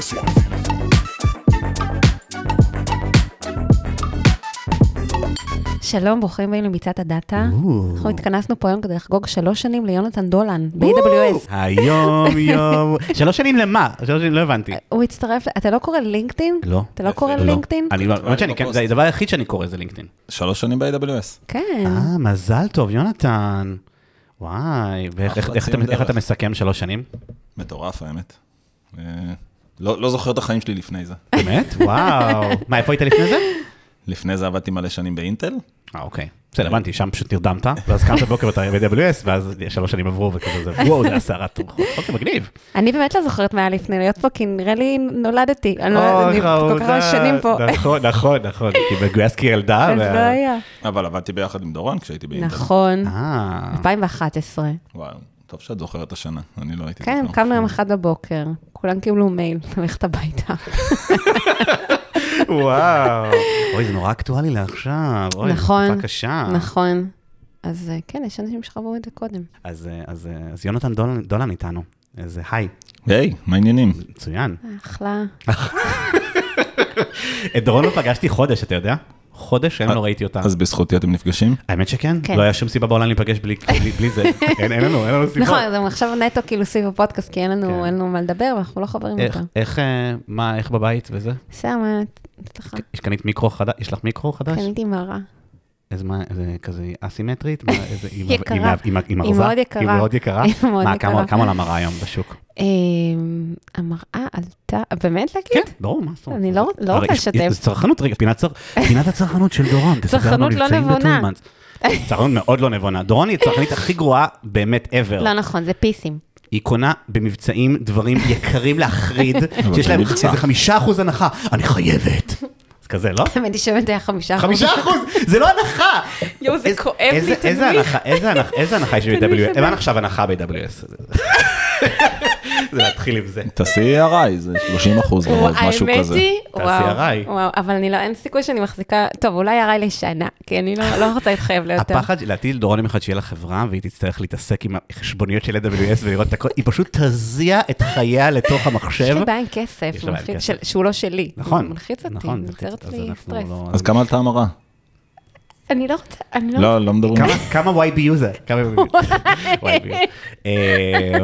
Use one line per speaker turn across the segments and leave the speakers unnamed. Listen.
שלום, ברוכים הבאים לביצת הדאטה.
או.
אנחנו התכנסנו פה היום כדי לחגוג שלוש שנים ליונתן דולן, ב-AWS.
היום יום, שלוש שנים למה? שלוש שנים לא הבנתי.
הוא הצטרף, אתה לא קורא לינקדאין?
לא.
אתה לא קורא
לא.
לינקדאין?
אני לא, האמת שאני, כן,
בפוסט.
זה הדבר היחיד שאני קורא זה לינקדאין.
שלוש שנים ב-AWS.
כן.
אה, מזל טוב, יונתן. וואי, ואיך
אחלה
איך אתה-
ציון
איך אתה
דרך.
מסכם שלוש שנים?
מטורף האמת. אה, לא לא זוכר את החיים שלי לפני זה.
באמת? וואו. מה, איפה היית לפני זה?
לפני זה עבדתי מלא שנים באינטל,
אה, אוקיי. בסדר, הבנתי, שם פשוט נרדמת, ואז קמת בבוקר ואתה ב-AWS, ואז שלוש שנים עברו וכזה, זה, וואו, זה הסערת רוחות. אוקיי, מגניב.
אני באמת לא זוכרת מה היה לפני להיות פה, כי נראה לי נולדתי. אני לא- אני כל
אוי,
כך הרבה
חמודה.
שנים פה.
אה, נכון, נכון, נכון, כי מגויס כילדה.
אז
וה-
לא היה.
אבל עבדתי ביחד עם דורון כשהייתי באינטל.
נכון,
אה,
2011.
וואו, טוב שאת זוכרת את השנה, אני לא הייתי
כן,
זוכר.
קמנו יום אחד בבוקר, כולם קיבלו מייל, ללכת הביתה.
וואו. אוי, זה נורא אקטואלי לעכשיו. אוי,
נכון,
תקופה קשה.
נכון. אז אה, כן, יש אנשים שחוו את זה קודם.
אז, אה, אז, אה, אז יונתן דולן, דולן איתנו. אז אה, היי,
כן.
היי, מה העניינים?
מצוין.
אחלה.
את דורון לא פגשתי חודש, אתה יודע? חודש, היום לא ראיתי אותה.
אז בזכותי אתם נפגשים?
האמת שכן,
כן.
לא היה שום סיבה בעולם להיפגש בלי, בלי, בלי זה. אין, אין לנו, אין לנו סיבה.
נכון, אז הם עכשיו נטו כאילו סביב הפודקאסט, כי אין לנו,
כן.
אין לנו מה לדבר, ואנחנו לא חברים
איך,
יותר.
איך, אה, מה, איך בבית וזה?
בסדר, מה, סליחה,
יש קנית מיקרו חדש? יש לך מיקרו חדש?
קניתי מרה.
איזה מה, זה כזה אסימטרית? מה, איזה- עם-
יקרה.
עם- עם- עם
היא
ארזה?
מאוד יקרה.
היא מאוד יקרה?
היא מאוד
אה? מה, כמה-
יקרה.
כמה עולה מראה היום בשוק?
אמ, המראה עלתה, באמת להגיד?
כן, ברור, מה זאת אומרת?
אני לא רוצ- לא
הרי
רוצה
יש-
לשתף.
זה צרכנות, רגע, פינת צר- פינת הצרכנות של דורון. תספר לנו
צרכנות לא
מבצעים
נבונה.
בטולמנס. צרכנות מאוד לא נבונה. דורון היא הצרכנית הכי גרועה באמת ever.
לא נכון, זה פיסים.
היא קונה במבצעים דברים יקרים להחריד, שיש להם
במבצע.
איזה חמישה אחוז הנחה. אני חייבת. זה כזה, לא?
האמת היא שבאמת היה חמישה אחוז.
חמישה אחוז, זה לא הנחה.
יואו, זה
איזה-
כואב לי,
איזה-
תנמיך.
איזה הנחה, איזה הנחה, איזה הנחה יש
תנמיך
ב-AWS?
עליי.
מה נחשב הנחה ב-AWS? זה להתחיל עם זה.
תעשי ERI, זה 30 אחוז לרוב, משהו
האמת
כזה.
היא,
תעשי
וואו,
הרי.
וואו, אבל אני לא, אין סיכוי שאני מחזיקה, טוב, אולי הרי לשנה, כי אני לא לא רוצה להתחייב ליותר.
הפחד להטיל דורון יום אחד שיהיה לה חברה, והיא תצטרך להתעסק עם החשבוניות של AWS ולראות את הכל, היא פשוט תזיע את חייה לתוך
יש
המחשב.
לי בעיה עם כסף,
יש לה בעיה עם
מלחיץ-
כסף.
של- שהוא לא שלי.
נכון,
הוא מלחיץ אותי,
נכון, זה
יוצרת
אז
לי
אנחנו
סטרס.
לא-
אז כמה עלתה המרה?
אני לא רוצה, אני לא
לא, לא מדברים.
כמה- כמה YBU זה? כמה YBU? אה,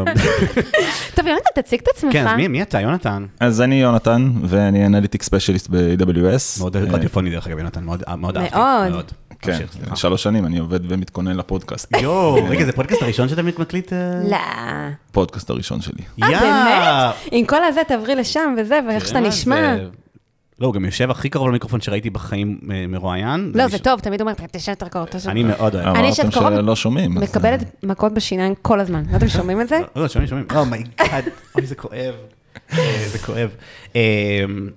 טוב, יונתן, תציג את עצמך.
כן, אז מי- מי אתה, יונתן?
אז אני יונתן, ואני אנליטיק ספיישליסט ב-AWS.
מאוד
אה,
רדיופוני דרך אגב, יונתן, מאוד אה, מאוד אהבתי.
מאוד.
כן,
תמשיך, סליחה.
שלוש שנים אני עובד ומתכונן לפודקאסט.
אה. יואו, רגע, זה פודקאסט הראשון שאתה מקליט? אה?
לא.
פודקאסט הראשון שלי.
אה,
יא!
באמת? עם כל הזה תעברי לשם וזה, ואיך שאתה
תראה מה
נשמע.
זה- כן, לא, הוא גם יושב הכי קרוב למיקרופון שראיתי בחיים אה, מרואיין.
לא,
ומי
זה
ש-
טוב, תמיד אומרת, תשב יותר קרוב, תשב.
אני מאוד אוהב.
אני אשת
אמרתם
קרוב,
שלא שומעים. אז-
מקבלת מכות בשיניים כל הזמן. לא אתם שומעים את זה?
לא, לא, שומעים, שומעים. אומייגאד, אוי, זה כואב. אה, זה כואב. אה,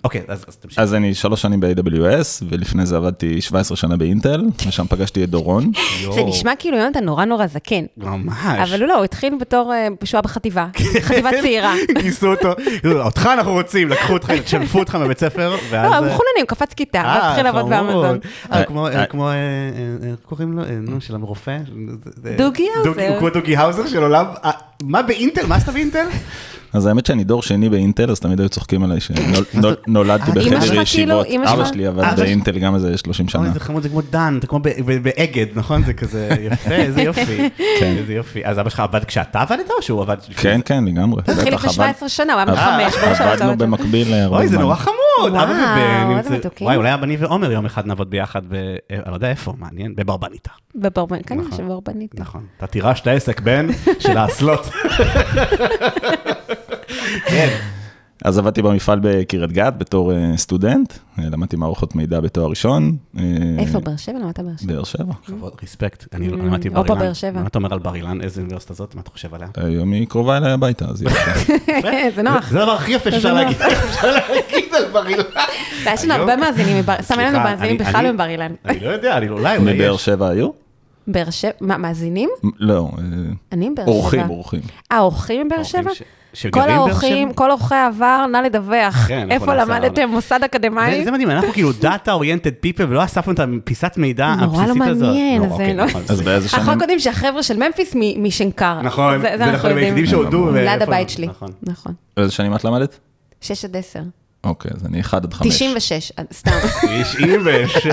אוקיי, אז אז תמשיך.
אז אני שלוש שנים ב-AWS, ולפני זה עבדתי 17 שנה באינטל, ושם פגשתי את דורון.
יואו.
זה נשמע כאילו יונתן נורא נורא זקן.
ממש.
אבל הוא לא, הוא התחיל בתור, אה, שהוא היה בחטיבה,
כן.
חטיבה צעירה.
גייסו אותו, לא, אותך אנחנו רוצים, לקחו אותך, שלפו אותך מבית ספר, ואז...
לא, הם חוננים, קפץ כיתה, ואז התחיל לעבוד באמזון.
אה, כמו, אה,
אה,
כמו, אה, אה, איך קוראים לו? אה, נו, של הרופא? זה- זה-
דוגי האוזר.
הוא כמו דוגי האוזר של עולם, אה, מה באינטל? מה עשית באינטל?
אז האמת שאני דור שני באינטל, אז תמיד היו צוחקים עליי
זאת-
שנולדתי
אה, אמא שלך
בחדר
כאילו,
ישיבות.
אמא
אבא
שלך-
שלי
אבא
עבד
שלך-
באינטל גם איזה 30
אוי,
שנה.
זה חמוד, זה כמו דן, זה כמו ב- ב- באגד, נכון? זה כזה יפה, איזה יופי.
כן.
איזה יופי. אז אבא שלך עבד כשאתה עבדת או שהוא עבד? לפני
כן,
זה?
כן, לגמרי.
התחיל
בטח,
לפני
עבד-
17 שנה,
אה,
הוא היה בן לא,
עבד-
חמש, בוא נשאל אותו.
עבדנו במקביל אה, הרבה
אוי, זה
זמן.
נורא חמוד, אבא
וואו,
ובן. אם
איזה
זה-
מתוקים.
וואי, אולי הבני ועומר יום אחד נעבוד ביחד ב... אה, אני לא יודע איפה, מעניין, בברבניתה.
בברבנית, כנראה
נכון.
שבברבנית.
נכון. אתה תירש את העסק, בן, של האסלות. כן.
אז עבדתי במפעל בקריית גת בתור אה, סטודנט, אה, למדתי מערכות מידע בתואר ראשון. אה,
איפה, באר שבע? למדת באר שבע?
באר שבע.
כבוד, ריספקט. אני אני למדתי בר
הופה,
אילן.
Mm-hmm. באר שבע.
מה אתה אומר על בר אילן? איזה אוניברסיטה זאת? מה אתה חושב עליה?
היום היא קרובה אליי הביתה, אז יפה.
זה נוח.
זה הדבר הכי יפה שאפשר
נוח.
להגיד. אפשר להגיד על בר אילן.
יש לנו הרבה מאזינים, מבר- סתם אין לנו
נכון. סליחה,
מאזינים
אני-
בכלל
אני-
מבר אילן.
אני לא יודע, אני אולי, אולי
מבאר
יש.
שבע היו?
באר שבע, מה, מאזינים?
מ- לא, אה,
אני מבאר שבע.
אורחים, אורחים.
אה, אורחים מבאר שבע?
ש- שגרים
כל
באר
האורחים,
שבע?
כל אורחי העבר, נא לדווח.
כן, אנחנו
איפה
נעשה-
למדתם מוסד
זה-
אקדמאי?
זה מדהים, אנחנו כאילו דאטה אוריינטד פיפל ולא אספנו את הפיסת מידע
נורא לא
הבסיסית הזאת.
מעניין,
נורא,
זה
אוקיי,
לא-
נכון,
אז באיזה שנה?
אנחנו יודעים שהחבר'ה של ממפיס מ- משנקר.
נכון,
זה אנחנו
נכון, הם
יודעים.
היחידים שהודו.
ליד
ואיפה-
הבית שלי.
נכון.
נכון.
איזה שנים את למדת?
6 עד 10.
אוקיי, אז אני 1 עד 5.
96, עד- אה, סתם.
96!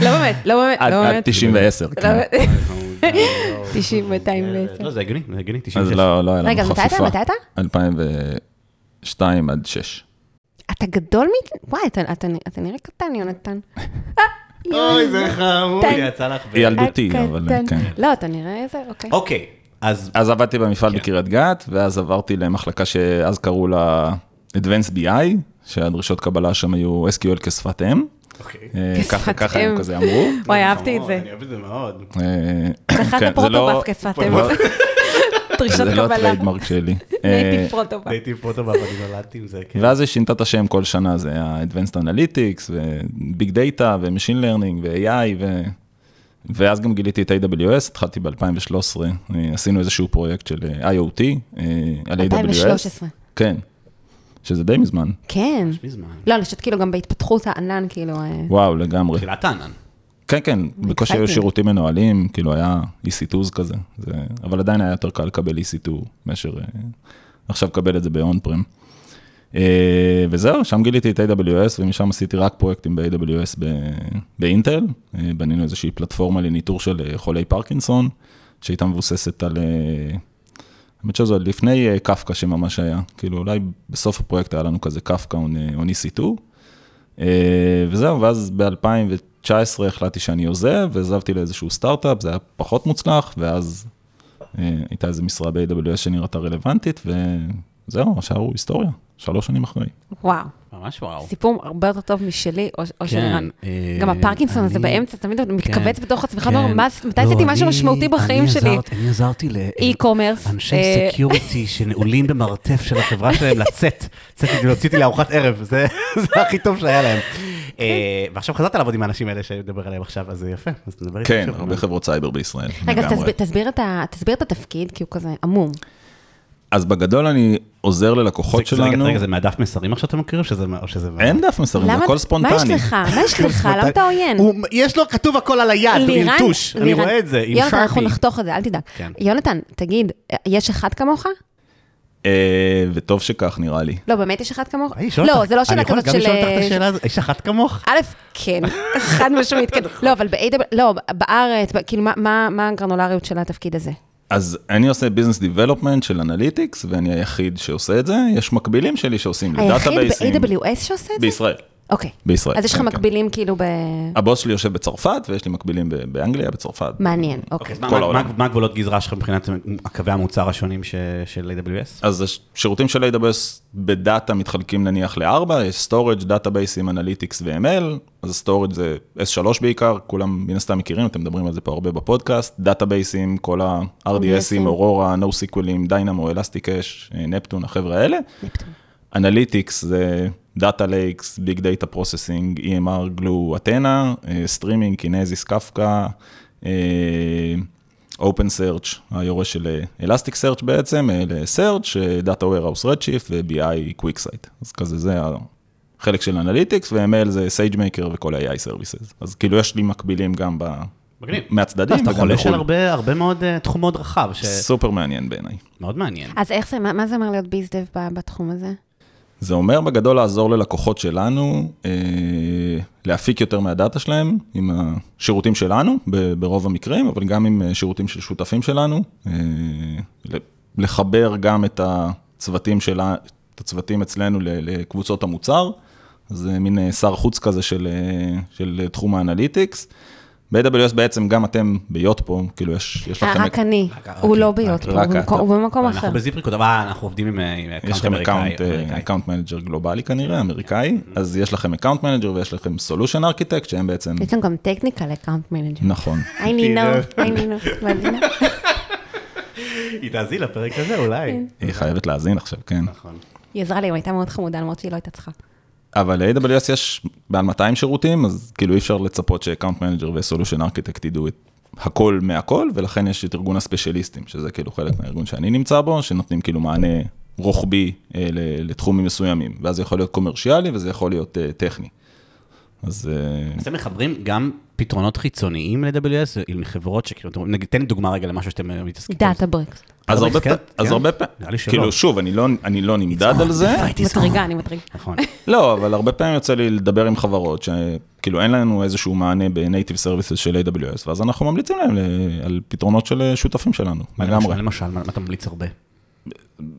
לא באמת, לא באמת,
עד
לא
עד
באמת.
90 ו-10,
לא
כן.
באמת. 90, 210.
לא, זה הגיוני, זה הגיוני, 96.
אז לא, לא היה לנו
רגע, מתי
חפיפה.
אתה? מתי אתה?
2002 עד 6.
אתה גדול מ... וואי, אתה- אתה אתה נראה קטן, יונתן.
אוי, זה חמוד,
קטן.
יצא לך. ב-
ילדותי,
הקטן.
אבל כן.
לא, אתה נראה איזה, אוקיי.
אוקיי, אז
אז עבדתי במפעל בקריית גת, ואז עברתי למחלקה שאז קראו לה Advanced BI, שהדרישות קבלה שם היו SQL כשפת אם.
אוקיי.
אה,
כשפת
ככה- ככה הם
אם.
כזה אמרו.
וואי, אהבתי את
חמוד,
זה.
אני אוהב את זה מאוד.
אה,
צריכה
כן,
את
זה לא-
הפרוטובאף כשפת אם. דרישות
זה לא
קבלה.
הטריידמרק שלי. אה,
נהייתי פרוטובאף.
הייתי פה טוב, אבל אני נולדתי עם זה, כן.
ואז היא שינתה את השם כל שנה, זה היה Advanced Analytics, ו-Big Data, ו-Machine Learning, ו-AI, ו... ואז גם גיליתי את AWS, התחלתי ב-2013, עשינו איזשהו פרויקט של אה, IoT אה, על AWS.
2013.
כן, שזה די מזמן.
כן.
מזמן.
לא, אני חושבת כאילו גם בהתפתחות הענן, כאילו... אה,
וואו, לגמרי.
תחילת הענן.
כן, כן, בקושי היו
Exciting.
שירותים מנוהלים, כאילו היה EC2 כזה, זה... אבל עדיין היה יותר קל לקבל EC2 מאשר אה, עכשיו לקבל את זה ב-on prem. אה, וזהו, שם גיליתי את AWS ומשם עשיתי רק פרויקטים ב-AWS ב- באינטל, אה, בנינו איזושהי פלטפורמה לניטור של אה, חולי פרקינסון, שהייתה מבוססת על... אה, האמת שזה עוד לפני אה, קפקא שממש היה, כאילו אולי בסוף הפרויקט היה לנו כזה קפקא on אה, on EC2. אה, וזהו, ואז ב-2019 החלטתי שאני עוזב, ועזבתי לאיזשהו סטארט-אפ, זה היה פחות מוצלח, ואז אה, הייתה איזו משרה ב-AWS שנראתה רלוונטית, וזהו, השאר הוא היסטוריה, שלוש שנים אחרי.
כן,
וואו.
ממש וואו.
סיפור הרבה יותר טוב משלי או- או של
כן,
ערן.
אה,
גם הפרקינסון הזה
אני-
באמצע, תמיד אתה מתכווץ בתוך עצמך,
כן.
ואומר, "מה עש- מתי
לא,
עשיתי משהו
אני-
משמעותי
אני
בחיים שלי?
עזרתי- אני עזרתי ל...
אי-קומרס.
אנשי
אה,
סקיוריטי שנעולים במרתף של החברה שלהם לצאת. לצאת כדי להוציא אותי לארוחת ערב, זה זה הכי טוב שהיה להם. אה,
כן.
ועכשיו חזרת לעבוד עם האנשים האלה שאני מדבר עליהם עכשיו, אז זה יפה, אז נדבר איתם
כן,
שוב.
הרבה חברות סייבר בישראל.
רגע, אז
לגמרי.
תסביר- תסביר את ה- תסביר את התפקיד, כי הוא כזה עמום.
אז בגדול אני עוזר
זה-
ללקוחות
זה- רגע,
שלנו.
רגע, זה מהדף מסרים עכשיו אתה מקריא, או שזה... מה- או שזה מה-
אין דף מסרים, זה
למה-
הכל ספונטני.
מה יש לך? מה יש לך? למה אתה עוין?
הוא- יש לו כתוב הכל על היד, הוא
לירן-
עם טוש. אני
לירן-
רואה את זה, עם
יונתן, אנחנו
שרפי.
נחתוך את זה, אל תדאג.
כן.
יונתן, תגיד, אה, יש אחד כמוך?
אה, וטוב שכך נראה לי.
לא, באמת יש אחד כמוך?
היי, אה, שואל
לא,
אותך-
זה לא שאלה כזאת של...
אני יכול גם לשאול אותך את
אה,
השאלה הזאת? יש אחת כמוך?
א', כן, חד משמעית כן. לא, אבל ב-AW, לא, בארץ, ב- כאילו, מה- מה- מה הגרנולריות של התפקיד הזה?
אז אני עושה ביזנס דיבלופמנט של אנליטיקס, ואני היחיד שעושה את זה. יש מקבילים שלי שעושים לי
היחיד
דאטאבייסים.
ב-AWS שעושה את זה?
בישראל.
אוקיי.
בישראל,
אז יש לך
כן, כן.
מקבילים כאילו ב...
הבוס שלי יושב בצרפת, ויש לי מקבילים ב- באנגליה, בצרפת.
מעניין, אוקיי.
אז מה-
כל
מה-
העולם.
מה- מה גבולות גזרה שלך מבחינת קווי המוצר השונים ש- של AWS?
אז השירותים של AWS בדאטה מתחלקים נניח לארבע, יש storage, דאטאבייסים, אנליטיקס ו-ML, אז storage זה S3 בעיקר, כולם מן הסתם מכירים, אתם מדברים על זה פה הרבה בפודקאסט, דאטאבייסים, כל ה-RDSים, אורורה, NoSQLים, דיינמו, אלסטיקש, נפטון, אה, החבר'ה האלה. אנליטיקס זה דאטה לייקס, ביג דאטה פרוססינג, EMR, גלו, אתנה, סטרימינג, קינזיס, קפקא, אופן סרצ' אה, היורש של אלסטיק סרצ' בעצם, אה, לסרצ', דאטה ווירהאוס רדשיפט ו-BI קוויקסייט. אז כזה זה החלק של אנליטיקס, ו-ML זה סייג'מייקר וכל ה-AI סרוויסס. אז כאילו יש לי מקבילים גם ב...
מגניב.
מהצדדים,
אז אתה
וגם
חולש על
בחו"ל.
הרבה הרבה מאוד אה, תחום מאוד רחב, שמאוד
סופר מעניין בעיניי.
מעניין.
אז איך זה, מה מה זה אומר להיות ביזדב ב- בתחום הזה?
זה אומר בגדול לעזור ללקוחות שלנו אה, להפיק יותר מהדאטה שלהם עם השירותים שלנו ב- ברוב המקרים, אבל גם עם אה, שירותים של שותפים שלנו, אה, ל- לחבר גם את הצוותים, שלה, את הצוותים אצלנו ל- לקבוצות המוצר, אז זה מין אה, שר חוץ כזה של, אה, של אה, תחום האנליטיקס. ב-AWS בעצם גם אתם ביוט פה, כאילו יש, יש
אה,
לכם...
רק אני,
רק- רק
הוא
אני,
לא
רק-
ביוט,
רק
הוא במקום-
אתה.
הוא במקום אחר.
אנחנו בזיפ ריקוד, אבל אנחנו עובדים עם אה, עם
יש
אקאונט
לכם אה,
אמריקאי.
אקאונט,
אמריקאי.
אקאונט מנג'ר גלובלי כנראה, אמריקאי, אז יש לכם אקאונט מנג'ר ויש לכם סולושן ארכיטקט, שהם בעצם,
יש לנו גם technical account manager.
נכון,
I need know, I need know. מאזינה?
היא תאזין לפרק הזה אולי.
היא חייבת להאזין עכשיו, כן.
נכון.
היא עזרה לי, היא הייתה מאוד חמודה, למרות שהיא לא הייתה צריכה.
אבל ל-AWS יש מעל 200 שירותים, אז כאילו אי אפשר לצפות שאקאונט מנג'ר וסולושן ארכיטקט ידעו את הכל מהכל, ולכן יש את ארגון הספיישליסטים, שזה כאילו חלק מהארגון שאני נמצא בו, שנותנים כאילו מענה רוחבי אה, ל- לתחומים מסוימים, ואז זה יכול להיות קומרשיאלי וזה יכול להיות אה, טכני. אז אה,
אז אתם מחברים גם פתרונות חיצוניים ל-AWS עם חברות שכאילו, אתם- נגיד, תן לי דוגמה רגע למשהו שאתם אה, מתעסקים.
דאטה בריקס.
אז הרבה
כן,
פעמים, אז
כן.
הרבה פעמים,
נראה לי שלא.
כאילו שוב, אני לא- אני לא נמדד על זה,
Fight is on.
מטריגה, אני מטריגה.
נכון.
לא, אבל הרבה פעמים יוצא לי לדבר עם חברות שכאילו אין לנו איזשהו מענה ב-Native Services של AWS, ואז אנחנו ממליצים להם ל- על פתרונות של אה, שותפים שלנו,
מה למשל,
לגמרי.
למשל, מה מה אתה ממליץ הרבה?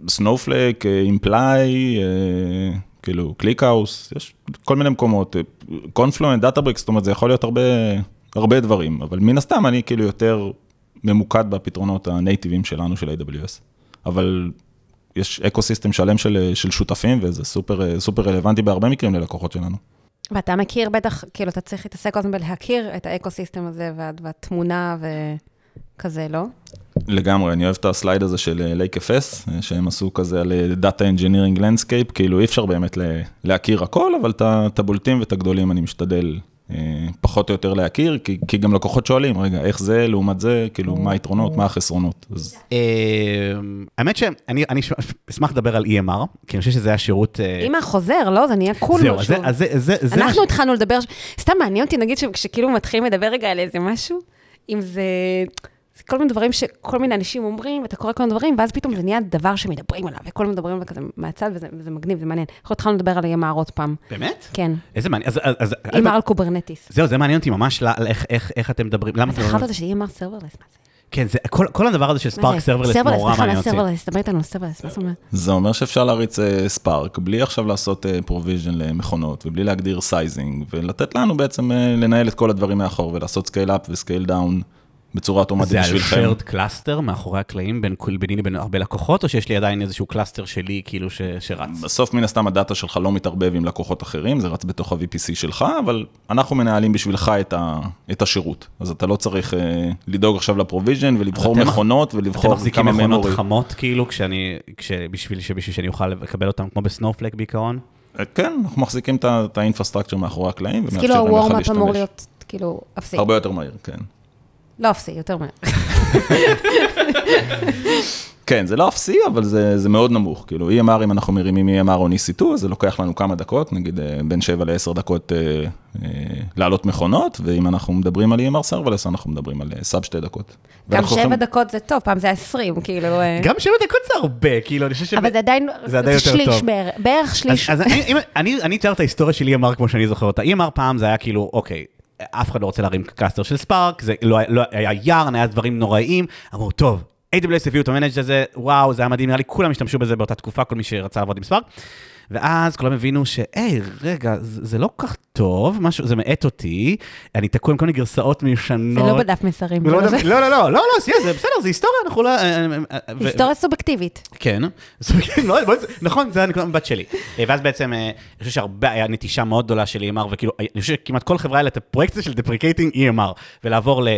סנופלייק, אה, אימפליי, כאילו קליקהאוס, יש כל מיני מקומות, אה, קונפלואנט, דאטאבריקס, זאת אומרת זה יכול להיות הרבה, הרבה דברים, אבל מן הסתם אני כאילו יותר ממוקד בפתרונות הנייטיבים שלנו של AWS, אבל יש אקו סיסטם שלם של, של שותפים וזה סופר, אה, סופר רלוונטי בהרבה מקרים ללקוחות שלנו.
ואתה מכיר בטח, כאילו, אתה צריך להתעסק כל הזמן בלהכיר את האקו-סיסטם הזה וה- והתמונה וכזה, לא?
אה.
לגמרי, אני אוהב את הסלייד הזה של אה, לייק אפס, שהם עשו כזה על אה, Data Engineering Landscape, כאילו אי אפשר באמת ל- להכיר הכל, אבל את ה- את הבולטים ואת הגדולים אני משתדל אה, פחות או יותר להכיר, כי, כי גם לקוחות שואלים, רגע, איך זה לעומת זה, כאילו, מה היתרונות, מה החסרונות. אז
אמ, האמת שאני אני ש- אשמח לדבר על EMR, כי אני חושב שזה היה שירות... אה,
אם החוזר, לא? זה נהיה קול
זהו, אז
משהו.
זה- אז זה- זה... זה מה ש-
אנחנו התחלנו לדבר, סתם מעניין אותי, נגיד שכשכאילו מתחילים לדבר רגע על איזה משהו, אם זה... זה כל מיני דברים שכל מיני אנשים אומרים, ואתה קורא כל מיני דברים, ואז פתאום זה נהיה דבר שמדברים עליו, וכל הזמן מדברים עליו כזה מהצד, וזה, וזה מגניב, זה מעניין. אנחנו התחלנו לדבר על EMR עוד פעם.
באמת?
כן. E
איזה מעניין. אז- אז- אז-
EMR על קוברנטיס.
זהו, זה מעניין אותי ממש, לא- על איך- איך- איך אתם מדברים, למה
אז
אתם מדברים
אחת
על
זה ש-EMR סרברלס, מה זה?
כן, זה, כל, כל הדבר הזה של לא- ספארק סרברלס נורא מעניין אותי.
סרברלס, דבר איתנו, סרברלס, מה זאת אומרת?
זה אומר שאפשר להריץ ספארק, בלי עכשיו לעשות פרוביז'ן למכונות, ובלי להגדיר סייזינג, ולתת לנו בעצם אה, לנהל את כל הדברים מאחור, ולעשות סקייל אפ וסקייל דאון בצורה אוטומטית
זה על
בשבילכם.
shared cluster מאחורי הקלעים בין, כל- ביני לבין הרבה לקוחות, או שיש לי עדיין איזשהו קלאסטר שלי כאילו ש, שרץ?
בסוף מן הסתם הדאטה שלך לא מתערבב עם לקוחות אחרים, זה רץ בתוך ה-VPC שלך, אבל אנחנו מנהלים בשבילך את, ה, את השירות. אז אתה לא צריך uh, לדאוג עכשיו לפרוביז'ן ולבחור
אתם מח-
מכונות
אתם
ולבחור
מחזיקים
כמה
מכונות
memory.
חמות כאילו, כשאני, בשביל שאני אוכל לקבל אותן כמו בסנופלק בעיקרון?
אה, כן, אנחנו מחזיקים את ה- את האינפרסטרקצ'ר מאחורי הקלעים
אז כאילו
ומאפשרים לך
הוורמאפ
להשתמש.
אמור להיות, כאילו, אפסי.
הרבה יותר מהיר, כן.
לא אפסי, יותר מהר.
כן, זה לא אפסי, אבל זה, זה מאוד נמוך. כאילו, EMR, אם אנחנו מרימים EMR או EC2, אז זה לוקח לנו כמה דקות, נגיד אה, בין 7 ל-10 דקות אה, אה, לעלות מכונות, ואם אנחנו מדברים על EMR serverless, אנחנו מדברים על אה, סאב שתי דקות.
גם
ואנחנו
שבע
הולכים-
דקות זה טוב, פעם זה היה עשרים, כאילו... אה,
גם שבע דקות זה הרבה, כאילו, אני חושב ש...
אבל זה עדיין,
זה עדיין יותר
שליש
טוב.
בערך, בערך
אז,
שליש.
אז אני, אם- אני, אני אתאר את ההיסטוריה של EMR כמו שאני זוכר אותה. EMR פעם זה היה כאילו, אוקיי, אף אחד לא רוצה להרים קלאסטר של ספארק, זה לא, לא היה ירן, היה דברים נוראים, אמרו, טוב, AWS הביאו את המנג' הזה, וואו, זה היה מדהים, נראה לי כולם השתמשו בזה באותה תקופה, כל מי שרצה לעבוד עם ספארק. ואז כולם הבינו שהי, רגע, זה, זה לא כל כך טוב, משהו, זה מאט אותי, אני תקוע עם כל מיני גרסאות
זה
מיושנות.
לא בדף מסרים.
לא,
זה-
יודע- לא, לא, לא, לא, לא, שנייה, זה בסדר, זה היסטוריה, אנחנו לא... אה, אה, אה, ו-
היסטוריה סובייקטיבית.
כן, אז כן, מאוד, מאוד, נכון, זה הנקודת מבט שלי. אה, ואז בעצם, אה, אני חושב שהרבה, היה נטישה מאוד גדולה של EMR, וכאילו, אה, אני חושב שכמעט כל חברה היה לה את הפרויקט הזה של deprecating EMR, ולעבור אה,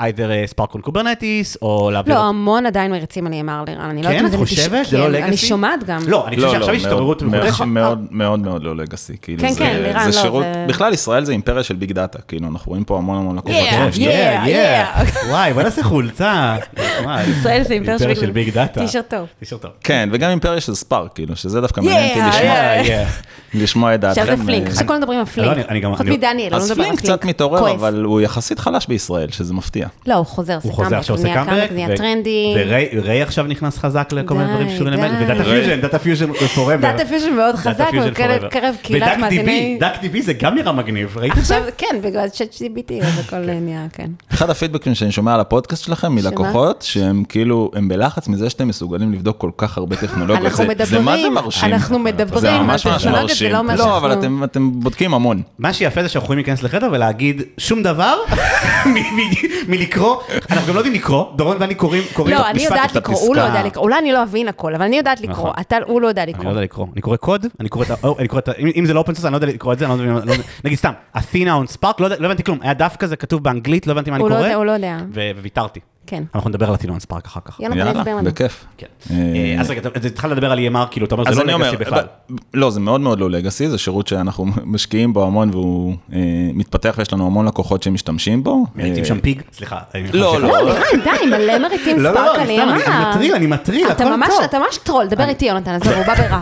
ל-either Spark on Kubernetes, או להעביר...
לא,
אותו-
המון עדיין מריצים על EMR, לירן, אני לא
כן,
יודעת אם
את
זה נטיש-
חושבת? זה לא
כן,
legacy?
אני שומעת גם.
לא, אני חושב שעכשיו יש
מאוד-
התעוררות
מאוד-
מחודשת.
מאוד מאוד מאוד לא לגאסי, כאילו
כן,
זה-
כן, לירן, לא,
זה שירות,
זה-
בכלל ישראל זה אימפריה של ביג דאטה, כאילו אנחנו רואים פה המון המון לקוחות.
Yeah,
שיש להם.
yeah, yeah.
כן, וואי, בוא נעשה חולצה. נחמד.
ישראל זה אימפריה של
של
ביג-
ביג דאטה.
טישרט טוב.
טישרט טוב.
כן, וגם אימפריה של ספארק, כאילו, שזה דווקא
Yeah,
מעניין אותי לשמוע-
Yeah, yeah.
לשמוע את דעתכם.
עכשיו זה פלינק,
אה,
עכשיו כולם מדברים על
לא,
פלינק.
אני- אני גם-
חוץ
אני-
מדניאל, לא
אז
מדבר על
פלינק
פלינק.
קצת מתעורר,
כועס.
אבל הוא יחסית חלש בישראל, שזה מפתיע.
לא, הוא חוזר, זה
הוא חוזר
קאמבק,
עכשיו
זה
עושה
נהיה קאמבק,
קאמבק.
זה נהיה
ו-
טרנדי.
וריי ריי עכשיו נכנס חזק לכל מיני
די,
דברים שהוא לימד,
די.
ודאטה
ריי-
פיוז'ן, דאטה פיוז'ן forever.
דאטה פיוז'ן מאוד חזק,
Data Fusion
הוא בקרב-
forever.
קרב קהילת
ו-DuckDB,
מאזיני.
DuckDB זה גם נראה מגניב, ראית את זה?
עכשיו, כן, בגלל צ'אט GBT,
אה,
אז הכל נהיה, כן.
אחד הפידבקים שאני שומע על הפודקאסט שלכם מלקוחות, שהם כאילו, הם בלחץ מזה שאתם מסוגלים לבדוק כל כך הרבה טכנולוגיות.
אנחנו
זה- זה מה זה
מדברים,
מרשים.
אנחנו מדברים
זה
על
ממש ממש
טכנולוגיות, זה
מרשים.
לא אומר
לא, אבל
שאנחנו-
אתם- אתם בודקים המון.
מה שיפה זה שאנחנו יכולים להיכנס לחדר ולהגיד שום דבר מ- מ- מלקרוא, אנחנו גם לא יודעים לקרוא, דורון ואני קוראים, קוראים את
לא, אני
הפסק-
יודעת
את
לקרוא, הוא לא
הפסקה.
יודע לקרוא, אולי אני לא אבין הכל, אבל אני יודעת לקרוא,
נכון.
אתה, הוא לא יודע
אני לא
לקרוא.
יודע לקרוא, אני קורא קוד, אני קורא את ה... או, אני קורא את ה... אם אם זה לא אופן סורס, אני לא יודע לקרוא את זה, אני לא יודע... לא יודע- נגיד סתם, Athena on Spark, לא יודע- לא הבנתי כלום, היה דף כזה כתוב באנגלית, לא הבנתי מה אני
הוא לא
קורא, אה,
יודע, הוא לא יודע.
ו- וויתרתי.
כן.
אנחנו נדבר על Athena on Spark אחר כך.
יאללה,
יאללה,
תסביר לנו.
בכיף.
כן.
אה,
אה, אז רגע, אתה- אז התחלת לדבר על EMR, כאילו, אתה אומר,
אז
זה
אני
לא
אומר,
לגאסי בכלל.
ב- לא, זה מאוד מאוד לא לגאסי, זה שירות שאנחנו משקיעים בו המון והוא אה, מתפתח ויש לנו המון לקוחות שמשתמשים בו.
מריצים
אה,
שם פיג? סליחה. אני
לא,
ממשיך.
לא,
לא, לירן, די, מלא מריצים
לא, לא,
ספארק
לא,
על
אני סתם, אני- אני מטריל, אני מטריל,
אתה
הכל
ממש,
טוב.
אתה ממש טרול, דבר איתי, יונתן, עזוב, הוא בא ברע.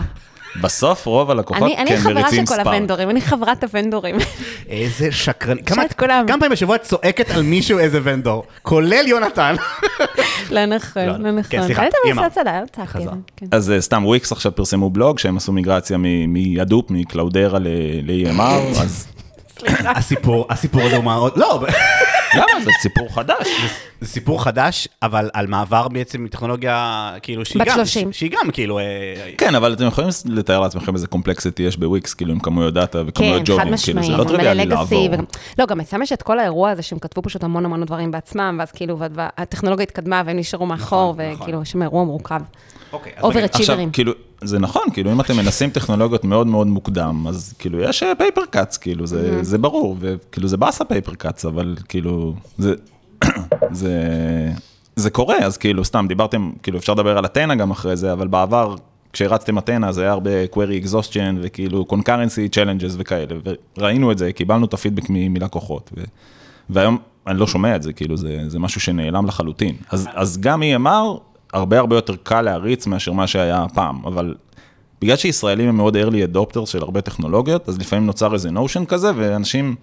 בסוף רוב הלקוחות
אני אני
כן
חברה של
מריצים
כל
ספארק.
הוונדורים, אני חברת הוונדורים.
איזה שקרן.
כולם.
כמה פעמים בשבוע את צועקת על מישהו איזה ונדור, כולל יונתן.
לא נכון,
לא,
לא
כן,
נכון.
סליחה,
הייתם
EMR.
עושה צדה, צעקתי.
חזר.
אבל, כן.
אז אה, סתם וויקס עכשיו פרסמו בלוג שהם עשו מיגרציה מ- מהדופ, מקלאודרה ל-
כן.
ל-EMR, אז
הסיפור, הסיפור הזה הוא מאוד, לא,
למה? זה סיפור חדש.
זה סיפור חדש, אבל על מעבר בעצם מטכנולוגיה, כאילו, שהיא
בת
גם,
30.
שהיא גם, כאילו, אה,
כן, אבל אתם יכולים לתאר לעצמכם איזה קומפלקסיטי יש בוויקס, כאילו עם כמויות דאטה וכמויות
כן, חד
ג'ובים, כאילו
משמעית,
זה לא
מלא
טריוויאלי
legacy
לעבור.
וגם- לא, גם אצלם יש את כל האירוע הזה שהם כתבו פשוט המון המון דברים בעצמם, ואז כאילו, וה- והטכנולוגיה התקדמה והם נשארו מאחור,
נכון.
וכאילו, יש שם אירוע מורכב.
אוקיי, אז
אובר
רגע,
עכשיו,
אצ'יברים.
כאילו, זה נכון, כאילו, אם אתם מנסים טכנולוגיות מאוד מאוד מוקדם, אז כאילו, יש פייפר קאץ, כאילו, זה, זה ברור, וכאילו, זה באסה פייפר קאץ, אבל כאילו, זה, זה, זה קורה, אז כאילו, סתם, דיברתם, כאילו, אפשר לדבר על אתנה גם אחרי זה, אבל בעבר, כשהרצתם אתנה, זה היה הרבה query exhaustion, וכאילו, concurrency challenges וכאלה, וראינו את זה, קיבלנו את הפידבק מ- מלקוחות, ו... והיום אני לא שומע את זה, כאילו זה, זה משהו שנעלם לחלוטין. אז, אז גם EMR, הרבה הרבה יותר קל להריץ מאשר מה שהיה פעם, אבל בגלל שישראלים הם מאוד early adopters של הרבה טכנולוגיות, אז לפעמים נוצר איזה notion כזה, ואנשים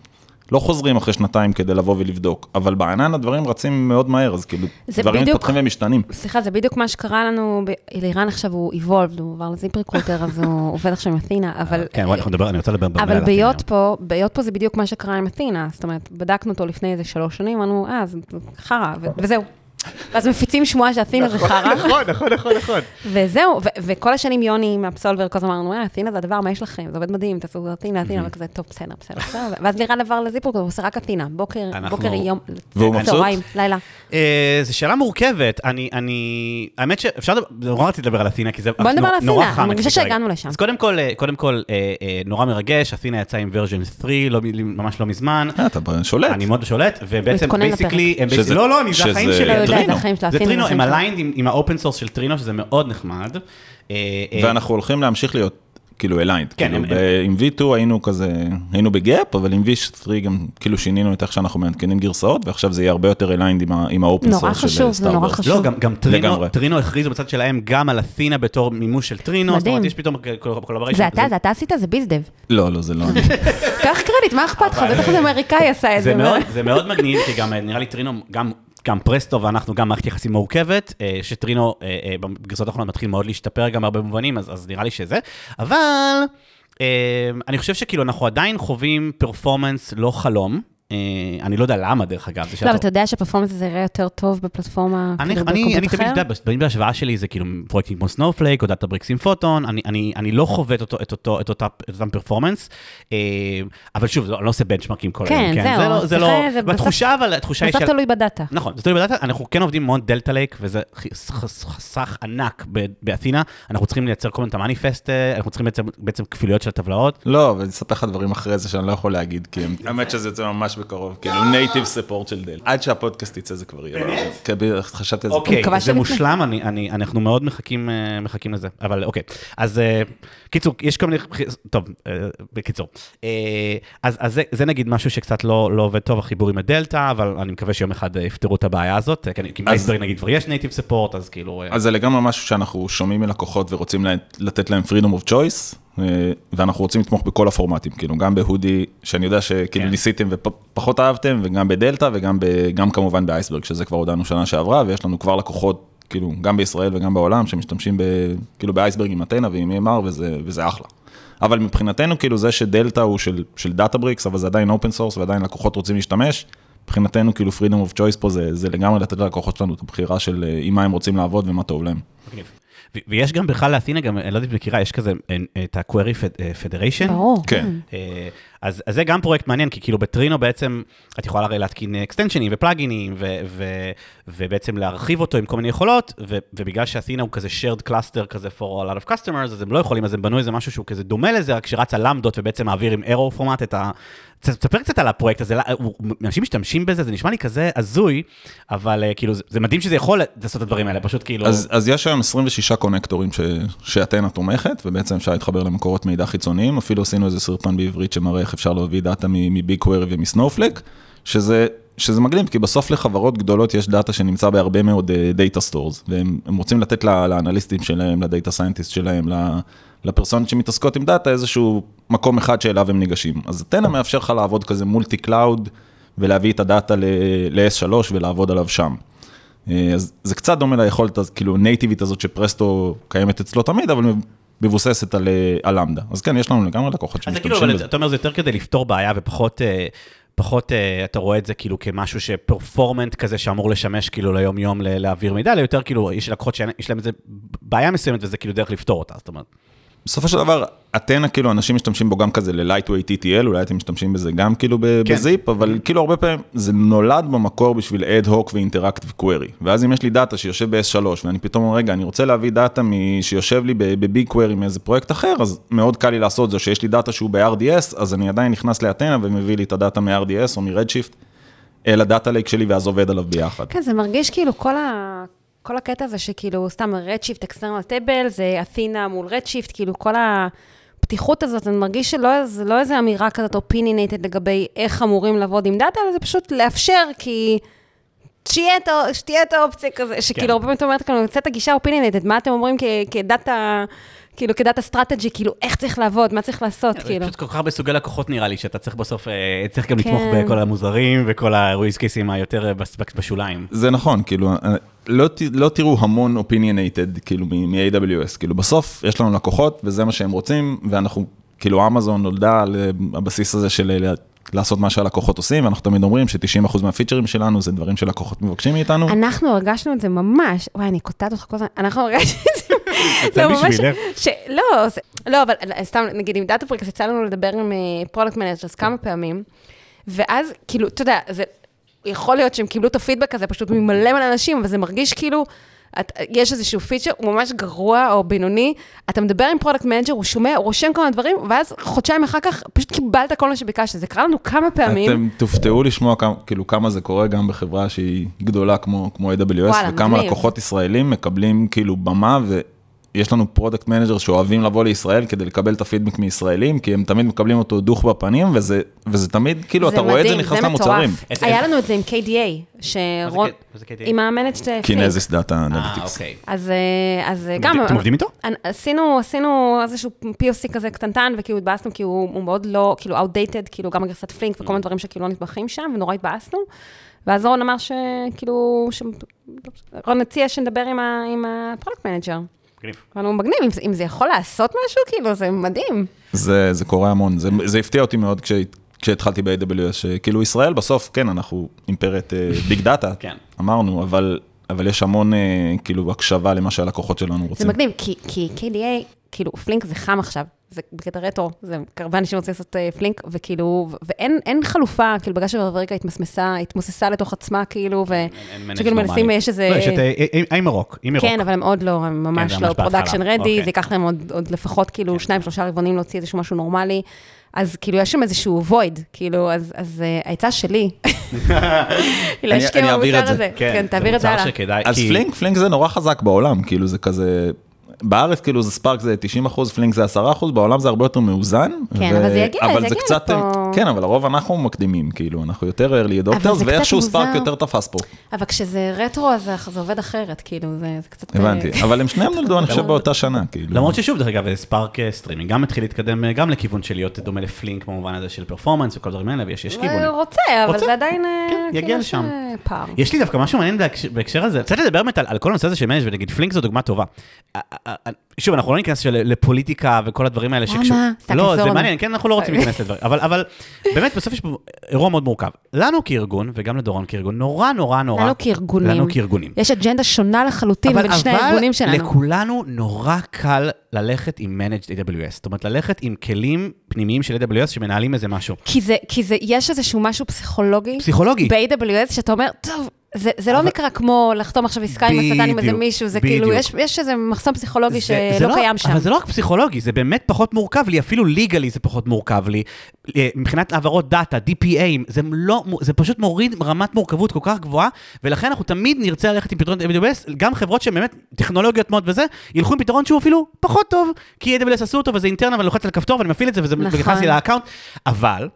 לא חוזרים אחרי שנתיים כדי לבוא ולבדוק, אבל בענן הדברים רצים מאוד מהר, אז כאילו,
זה
דברים
בדיוק-
מתפתחים ומשתנים.
סליחה, זה בדיוק מה שקרה לנו, ב- לירן עכשיו הוא Evolved, הוא עבר לזיפר קרוטר, אז הוא עובד עכשיו עם אתינה, אבל...
כן, וואי, אנחנו נדבר, אני רוצה לדבר הרבה
אבל
על
ביוט
הטינר.
פה, ביוט פה זה בדיוק מה שקרה עם אתינה, זאת אומרת, בדקנו אותו לפני איזה שלוש שנים, אמרנו, אה, זה זה חרא, ו- וזהו. ואז מפיצים שמועה שאתינה זה חרא,
נכון, נכון, נכון, נכון.
וזהו, ו- וכל השנים יוני מהפסולבר, כל הזמן אמרנו, אה, אתינה זה הדבר, מה יש לכם? זה עובד מדהים, תעשו אתינה,
Mhm.
אתינה, וכזה, טוב, בסדר, בסדר, בסדר. ואז לירן עבר לזיפור, הוא עושה רק אתינה, בוקר,
אנחנו-
בוקר, יום,
והוא מבסוט?
צהריים, לילה.
אה, זו שאלה מורכבת, אני, אני, האמת שאפשר, לדבר- נורא רציתי לדבר על אתינה, כי זה
בוא נדבר
נורא-
על
נורא
אתינה,
חם
אני מרגישה
אצלי כרגע.
שהגענו לשם.
אז קודם כל, אה, קודם כל, אה, אה, נורא מרגש, אתינה יצאה עם ורז'ן 3, לא מ- ממש לא מזמן.
אה, אתה שולט.
אני מאוד שולט, ובעצם,
מתכונן לפרק.
בייסיקלי, הם
שזה-
בייסיקלי, לא, לא, אני, זה
שזה
החיים שלי.
לא יודע, זה
טרינו.
החיים של
זה
אתינה.
טרינו,
זה
הם
החיים של-
aligned עם- עם האופן סורס של טרינו, שזה מאוד נחמד. אה, אה,
ואנחנו הולכים להמשיך להיות כאילו אליינד.
כן,
כאילו,
הם-
ב- עם V2 היינו כזה, היינו בגאפ, אבל עם V3 גם כאילו שינינו את איך שאנחנו מעדכנים גרסאות, ועכשיו זה יהיה הרבה יותר אליינד עם ה- עם האופן
נורא
סורס של אה,
חשוב, זה נורא
סטארברס.
חשוב.
לא, גם, גם טרינו,
לגמרי.
טרינו הכריזו בצד שלהם גם על אתינה בתור מימוש של טרינו, זאת
מדהים.
אומרת, יש פתאום קולבריישן.
זה אתה, זה אתה עשית? זה ביזדב.
לא, לא, זה לא... אני.
קח קרדיט, מה אכפת לך? בטח איזה אמריקאי עשה את זה.
זה
מה?
מאוד, זה מאוד מגניב, כי גם אה, נראה לי טרינו, גם, גם פרסטו ואנחנו גם מערכת יחסים מורכבת, אה, שטרינו אה, אה, בגרסאות האחרונות מתחיל מאוד להשתפר גם בהרבה מובנים, אז, אז נראה לי שזה. אבל אה, אני חושב שכאילו אנחנו עדיין חווים פרפורמנס לא חלום. אה, אני לא יודע למה, דרך אגב. זה
לא,
שאלה
אבל אתה יודע שהפרפורמנס הזה יראה יותר טוב בפלטפורמה,
אני,
כאילו,
אני,
בקומפוט
אני תמיד,
אחר?
אתה יודע, בס- בהשוואה שלי זה כאילו פרויקטים כמו סנופלייק או דאטה בריקס עם פוטון, אני, אני, אני לא חווה את, אותו, את, אותו, את, אותה, את אותם פרפורמנס, אה, אבל שוב, לא- אני לא עושה בנצ'מרקים כל
כן,
היום,
זהו,
זה לא, זה לא,
זה בסוף-
בתחושה, אבל התחושה היא
בסוף לא-
של...
תלוי בדאטה.
נכון, זה תלוי בדאטה, אנחנו כן עובדים מאוד דלתא לייק, וזה חס- חס- חסך ענק ב- באתינה, אנחנו צריכים לייצר כל מיני את המניפסט, אה, אנחנו צריכים בעצם, בעצם כפילויות של הטבלאות.
לא, ואני אספר לך דברים אחרי זה שאני לא יכול להגיד, כי הם- האמת שזה יוצא ממש בקרוב, כאילו נייטיב ספורט של דל. עד שהפודקאסט יצא זה כבר יהיה. כאילו, חשבתי על זה.
אוקיי,
מקווה
זה
שלפני.
מושלם, אני, אני, אנחנו מאוד מחכים, אה, מחכים לזה, אבל אוקיי. אז אה, קיצור, יש כל מיני... טוב, אה, בקיצור. אה, אז, אז זה, זה נגיד משהו שקצת לא, לא עובד טוב, החיבור עם הדלתא, אבל אני מקווה שיום אחד אה, יפתרו את הבעיה הזאת, אה, כי אני- כי בהיסטוריה נגיד כבר יש נייטיב ספורט, אז כאילו... אה,
אז זה לגמרי משהו שאנחנו שומעים מלקוחות ורוצים לה- לתת להם freedom of choice, אה, ואנחנו רוצים לתמוך בכל הפורמטים, כאילו גם בהודי, שאני יודע שכאילו
כן.
כאילו ניסיתם ופחות אהבתם, וגם בדלתא וגם ב- גם כמובן באייסברג, שזה כבר הודענו שנה שעברה, ויש לנו כבר לקוחות, כאילו, גם בישראל וגם בעולם, שמשתמשים ב, כאילו באייסברג עם אתנה ועם EMR, וזה, וזה אחלה. אבל מבחינתנו, כאילו זה שדלתא הוא של, של דאטה בריקס, אבל זה עדיין אופן סורס ועדיין לקוחות רוצים להשתמש, מבחינתנו כאילו freedom of choice פה זה, זה לגמרי לתת ללקוחות שלנו את הבחירה של אה, עם מה הם רוצים לעבוד ומה טוב להם.
מגניב. ו- ויש גם בכלל לאתינה, גם, אני לא יודעת אם את מכירה, יש כזה אה, אה, את ה-Query Fed- אה, Federation.
ברור.
כן.
אה, אז, אז זה גם פרויקט מעניין, כי כאילו בטרינו בעצם, את יכולה הרי להתקין אקסטנשנים ופלאגינים, ו, ו, ובעצם להרחיב אותו עם כל מיני יכולות, ו, ובגלל שאתינה הוא כזה shared cluster כזה for a lot of customers, אז הם לא יכולים, אז הם בנו איזה משהו שהוא כזה דומה לזה, רק שרץ על למדות ובעצם מעביר עם error פורמט את ה... ת- תספר קצת על הפרויקט הזה, לא- הוא- אנשים משתמשים בזה, זה נשמע לי כזה הזוי, אבל אה, כאילו זה, זה מדהים שזה יכול לעשות את הדברים האלה, פשוט כאילו...
אז, אז יש היום 26 קונקטורים ש, שאתנה תומכת, ובעצם אפשר להתחבר למקורות מידע חיצוניים, אפילו עשינו איזה סרטון בעברית שמראה איך אפשר להביא דאטה מביג קווירי ומסנופלק, שזה, שזה מגניב, כי בסוף לחברות גדולות יש דאטה שנמצא בהרבה מאוד דאטה סטורס, והם הם רוצים לתת ל- לאנליסטים שלהם, לדאטה סיינטיסט שלהם, ל- לפרסונות שמתעסקות עם דאטה, איזשהו מקום אחד שאליו הם ניגשים. אז אתנה מאפשר לך לעבוד כזה מולטי קלאוד, ולהביא את הדאטה ל- ל-S3 ולעבוד עליו שם. אה, אז זה קצת דומה ליכולת, הז- כאילו, נייטיבית הזאת שפרסטו קיימת אצלו תמיד, אבל מבוססת על, אה, על למדה. אז כן, יש לנו לגמרי לקוחות
אז זה כאילו,
שמשתמשים
אבל
בזה.
אתה אומר, זה יותר כדי לפתור בעיה ופחות... אה, פחות אה, אתה רואה את זה כאילו כמשהו שפרפורמנט כזה שאמור לשמש כאילו ליום-יום ל- להעביר מידע, אלא יותר כאילו יש לקוחות שיש להם איזה בעיה מסוימת וזה כאילו דרך לפתור אותה, זאת אומרת.
בסופו של דבר, אתנה, כאילו, אנשים משתמשים בו גם כזה ל-Lightweight TTL, אולי אתם משתמשים בזה גם כאילו ב-
כן.
בזיפ, אבל כאילו הרבה פעמים זה נולד במקור בשביל אד הוק ואינטראקט וקווירי. ואז אם יש לי דאטה שיושב ב-S3, ואני פתאום אומר, רגע, אני רוצה להביא דאטה מ- שיושב לי בביג קווירי מאיזה פרויקט אחר, אז מאוד קל לי לעשות זה, שיש לי דאטה שהוא ב-RDS, אז אני עדיין נכנס לאתנה ומביא לי את הדאטה מ-RDS או מ-Redshift, אל הדאטה לייק שלי, ואז עובד עליו ביחד.
כן, זה מרגיש כאילו כל ה... כל הקטע הזה שכאילו, סתם רדשיפט אקסטרנל טבל, זה אתינה מול רדשיפט, כאילו כל הפתיחות הזאת, אני מרגיש שלא זה לא איזה אמירה כזאת אופינינטד לגבי איך אמורים לעבוד עם דאטה, אלא זה פשוט לאפשר, כי שתהיה את ה- שתהיה את האופציה כזה, שכאילו הרבה פעמים את אומרת, כאילו, יוצאת הגישה אופינינטד, מה אתם אומרים כ- כדאטה, כאילו כדאטה סטרטג'י, כאילו איך צריך לעבוד, מה צריך לעשות, כאילו.
פשוט כל כך הרבה סוגי לקוחות נראה לי, שאתה צריך בסוף, אה, צריך גם לתמוך
כן.
בכל המוזרים וכל ה-use cases היותר אה, בס- בשוליים.
זה נכון, כאילו, אה, לא, ת- לא תראו המון opinionated, כאילו, מ- מ-AWS, כאילו, בסוף יש לנו לקוחות, וזה מה שהם רוצים, ואנחנו, כאילו, אמזון נולדה על אה, הבסיס הזה של אה, לעשות מה שהלקוחות עושים, ואנחנו תמיד אומרים ש-90% מהפיצ'רים שלנו זה דברים שלקוחות מבקשים מאיתנו.
אנחנו הרגשנו את זה ממש, וואי, אני קוטעת אותך כל הזמן, אנחנו הרגשנו את זה, זה ממש,
בשבילך.
ש- לא, זה- לא, אבל סתם, נגיד עם דאטה פריקס, יצא לנו לדבר עם פרולקט מנג'רס כמה פעמים, ואז, כאילו, אתה יודע, זה יכול להיות שהם קיבלו את הפידבק הזה פשוט ממלא מלא אנשים, אבל זה מרגיש כאילו... את, יש איזשהו פיצ'ר, הוא ממש גרוע או בינוני, אתה מדבר עם פרודקט מנג'ר, הוא שומע, הוא רושם כמה דברים, ואז חודשיים אחר כך פשוט קיבלת כל מה שביקשת. זה קרה לנו כמה פעמים.
אתם תופתעו לשמוע כמה, כאילו כמה זה קורה גם בחברה שהיא גדולה כמו, כמו AWS,
וואלה,
וכמה
מגניב.
לקוחות ישראלים מקבלים כאילו במה, ויש לנו פרודקט מנג'ר שאוהבים לבוא לישראל כדי לקבל את הפידבק מישראלים, כי הם תמיד מקבלים אותו דוך בפנים, וזה, וזה תמיד, כאילו, אתה רואה את זה
מדהים,
נכנס
זה
למוצרים.
מטורף.
איזה-
היה לנו את זה עם KDA, שרון,
מה זה KDA?
עם המנג'ד פייק.
קינזיס דאטה
אה,
אנליטיקס.
אוקיי.
אז אה, אז, אה, גם...
אתם עובדים איתו?
אנ- עשינו, עשינו איזשהו POC כזה קטנטן, וכאילו התבאסנו, כי הוא הוא מאוד לא, כאילו outdated, כאילו גם הגרסת פלינק
Mm.
וכל מיני דברים שכאילו לא נטבחים שם, ונורא התבאסנו. ואז רון אמר שכאילו, ש- רון הציע שנדבר עם ה- עם הפרודקט מנג'ר.
מגניב.
אמרנו, מגניב, אם זה- אם זה יכול לעשות משהו, כאילו, זה מדהים.
זה, זה קורה המון, זה, זה הפתיע אותי מאוד כש, כשהתחלתי ב-AWS, שכאילו ישראל בסוף, כן, אנחנו אימפרית ביג דאטה,
כן.
אמרנו, אבל, אבל יש המון אה, כאילו הקשבה למה שהלקוחות שלנו
זה
רוצים.
מגניב, כי, כי KDA, כאילו, פלינק זה חם עכשיו, זה בקטע רטרו, זה הרבה אנשים רוצים לעשות אה, פלינק, וכאילו, ו- ואין אין חלופה, כאילו, בגלל שהבריקה התמסמסה, התמוססה לתוך עצמה, כאילו, ו...
אין מנג'
שכאילו מנסים, יש איזה...
לא, יש את איימרוק, איימרוק.
כן, אבל הם עוד לא, הם ממש
זה
לא
ממש
פרודקשן
בהתחלה,
רדי,
אוקיי.
זה ייקח להם עוד, עוד לפחות כאילו שניים, שלושה רבעונים להוציא איזשהו משהו נורמלי. אז כאילו, יש שם איזשהו וויד, כאילו, אז, אז uh, העצה שלי, היא להשקיע
אני אעביר
במוצר
את זה,
הזה. כן, תעביר את זה הלאה.
מוצר שכדאי,
אז
כי-
פלינק, פלינק זה נורא חזק בעולם, כאילו זה כזה, בארץ כאילו זה ספארק זה 90 אחוז, פלינק זה 10 אחוז, בעולם זה הרבה יותר מאוזן.
כן, אבל זה יגיע,
אבל
זה יגיע
קצת,
לפה.
כן, אבל לרוב אנחנו מקדימים, כאילו, אנחנו יותר early
אבל זה
adopters,
קצת
ואיכשהו
מוזר. אה.
ספארק יותר תפס פה,
אבל כשזה רטרו, אז זה- זה עובד אחרת, כאילו, זה, זה קצת... אה,
הבנתי. אבל הם שניהם נולדו, אני חושב, באותה שנה, כאילו.
למרות ששוב, דרך אגב, ספארק אה, סטרימינג גם התחיל להתקדם אה, גם לכיוון של להיות דומה לפלינק במובן הזה של פרפורמנס וכל הדברים האלה, ויש יש כיוונים.
הוא רוצה, אבל
רוצה?
זה עדיין... אה,
כן,
כאילו
יגיע
יש,
לשם.
אה, פער.
יש לי דווקא משהו מעניין בהקשר- בהקשר הזה, קצת לדבר באמת על, על כל הנושא הזה של מנג' ונגיד פלינק זו דוגמה טובה. אה, אה, אה, שוב, אנחנו לא ניכנס של- לפוליטיקה וכל הדברים האלה
למה?
שקשור-
סתם
לא,
תעזור
זה
לנו.
מעניין, כן, אנחנו לא רוצים להיכנס לדברים. אבל, אבל באמת, בסוף יש פה אירוע מאוד מורכב. לנו כארגון, וגם לדורון כארגון, נורא נורא נורא...
לנו כארגונים.
לנו כארגונים.
יש אג'נדה שונה לחלוטין בין שני הארגונים
אבל
שלנו.
לכולנו נורא קל ללכת עם Managed AWS. זאת אומרת, ללכת עם כלים פנימיים של AWS שמנהלים איזה משהו.
כי זה, כי זה, יש איזשהו משהו פסיכולוגי
פסיכולוגי.
ב-AWS, שאתה אומר, טוב, זה, זה לא
אבל-
נקרא כמו לחתום עכשיו עסקה עם השטן עם איזה
בדיוק,
מישהו, זה
בדיוק.
כאילו, יש, יש איזה מחסום פסיכולוגי
זה-
שלא
זה
קיים שם.
אבל זה לא רק פסיכולוגי, זה באמת פחות מורכב לי, אפילו ליגלי זה פחות מורכב לי. אה, מבחינת העברות דאטה, DPA, זה, לא, מו- זה פשוט מוריד רמת מורכבות כל כך גבוהה, ולכן אנחנו תמיד נרצה ללכת עם פתרון AWS, גם חברות שהן באמת טכנולוגיות מאוד וזה, ילכו עם פתרון שהוא אפילו פחות טוב, כי AWS עשו אותו וזה אינטרנל, ואני לוחץ על כפתור ואני מפעיל את זה, וזה
נכון.
נכנס לי לאקאונט, אבל...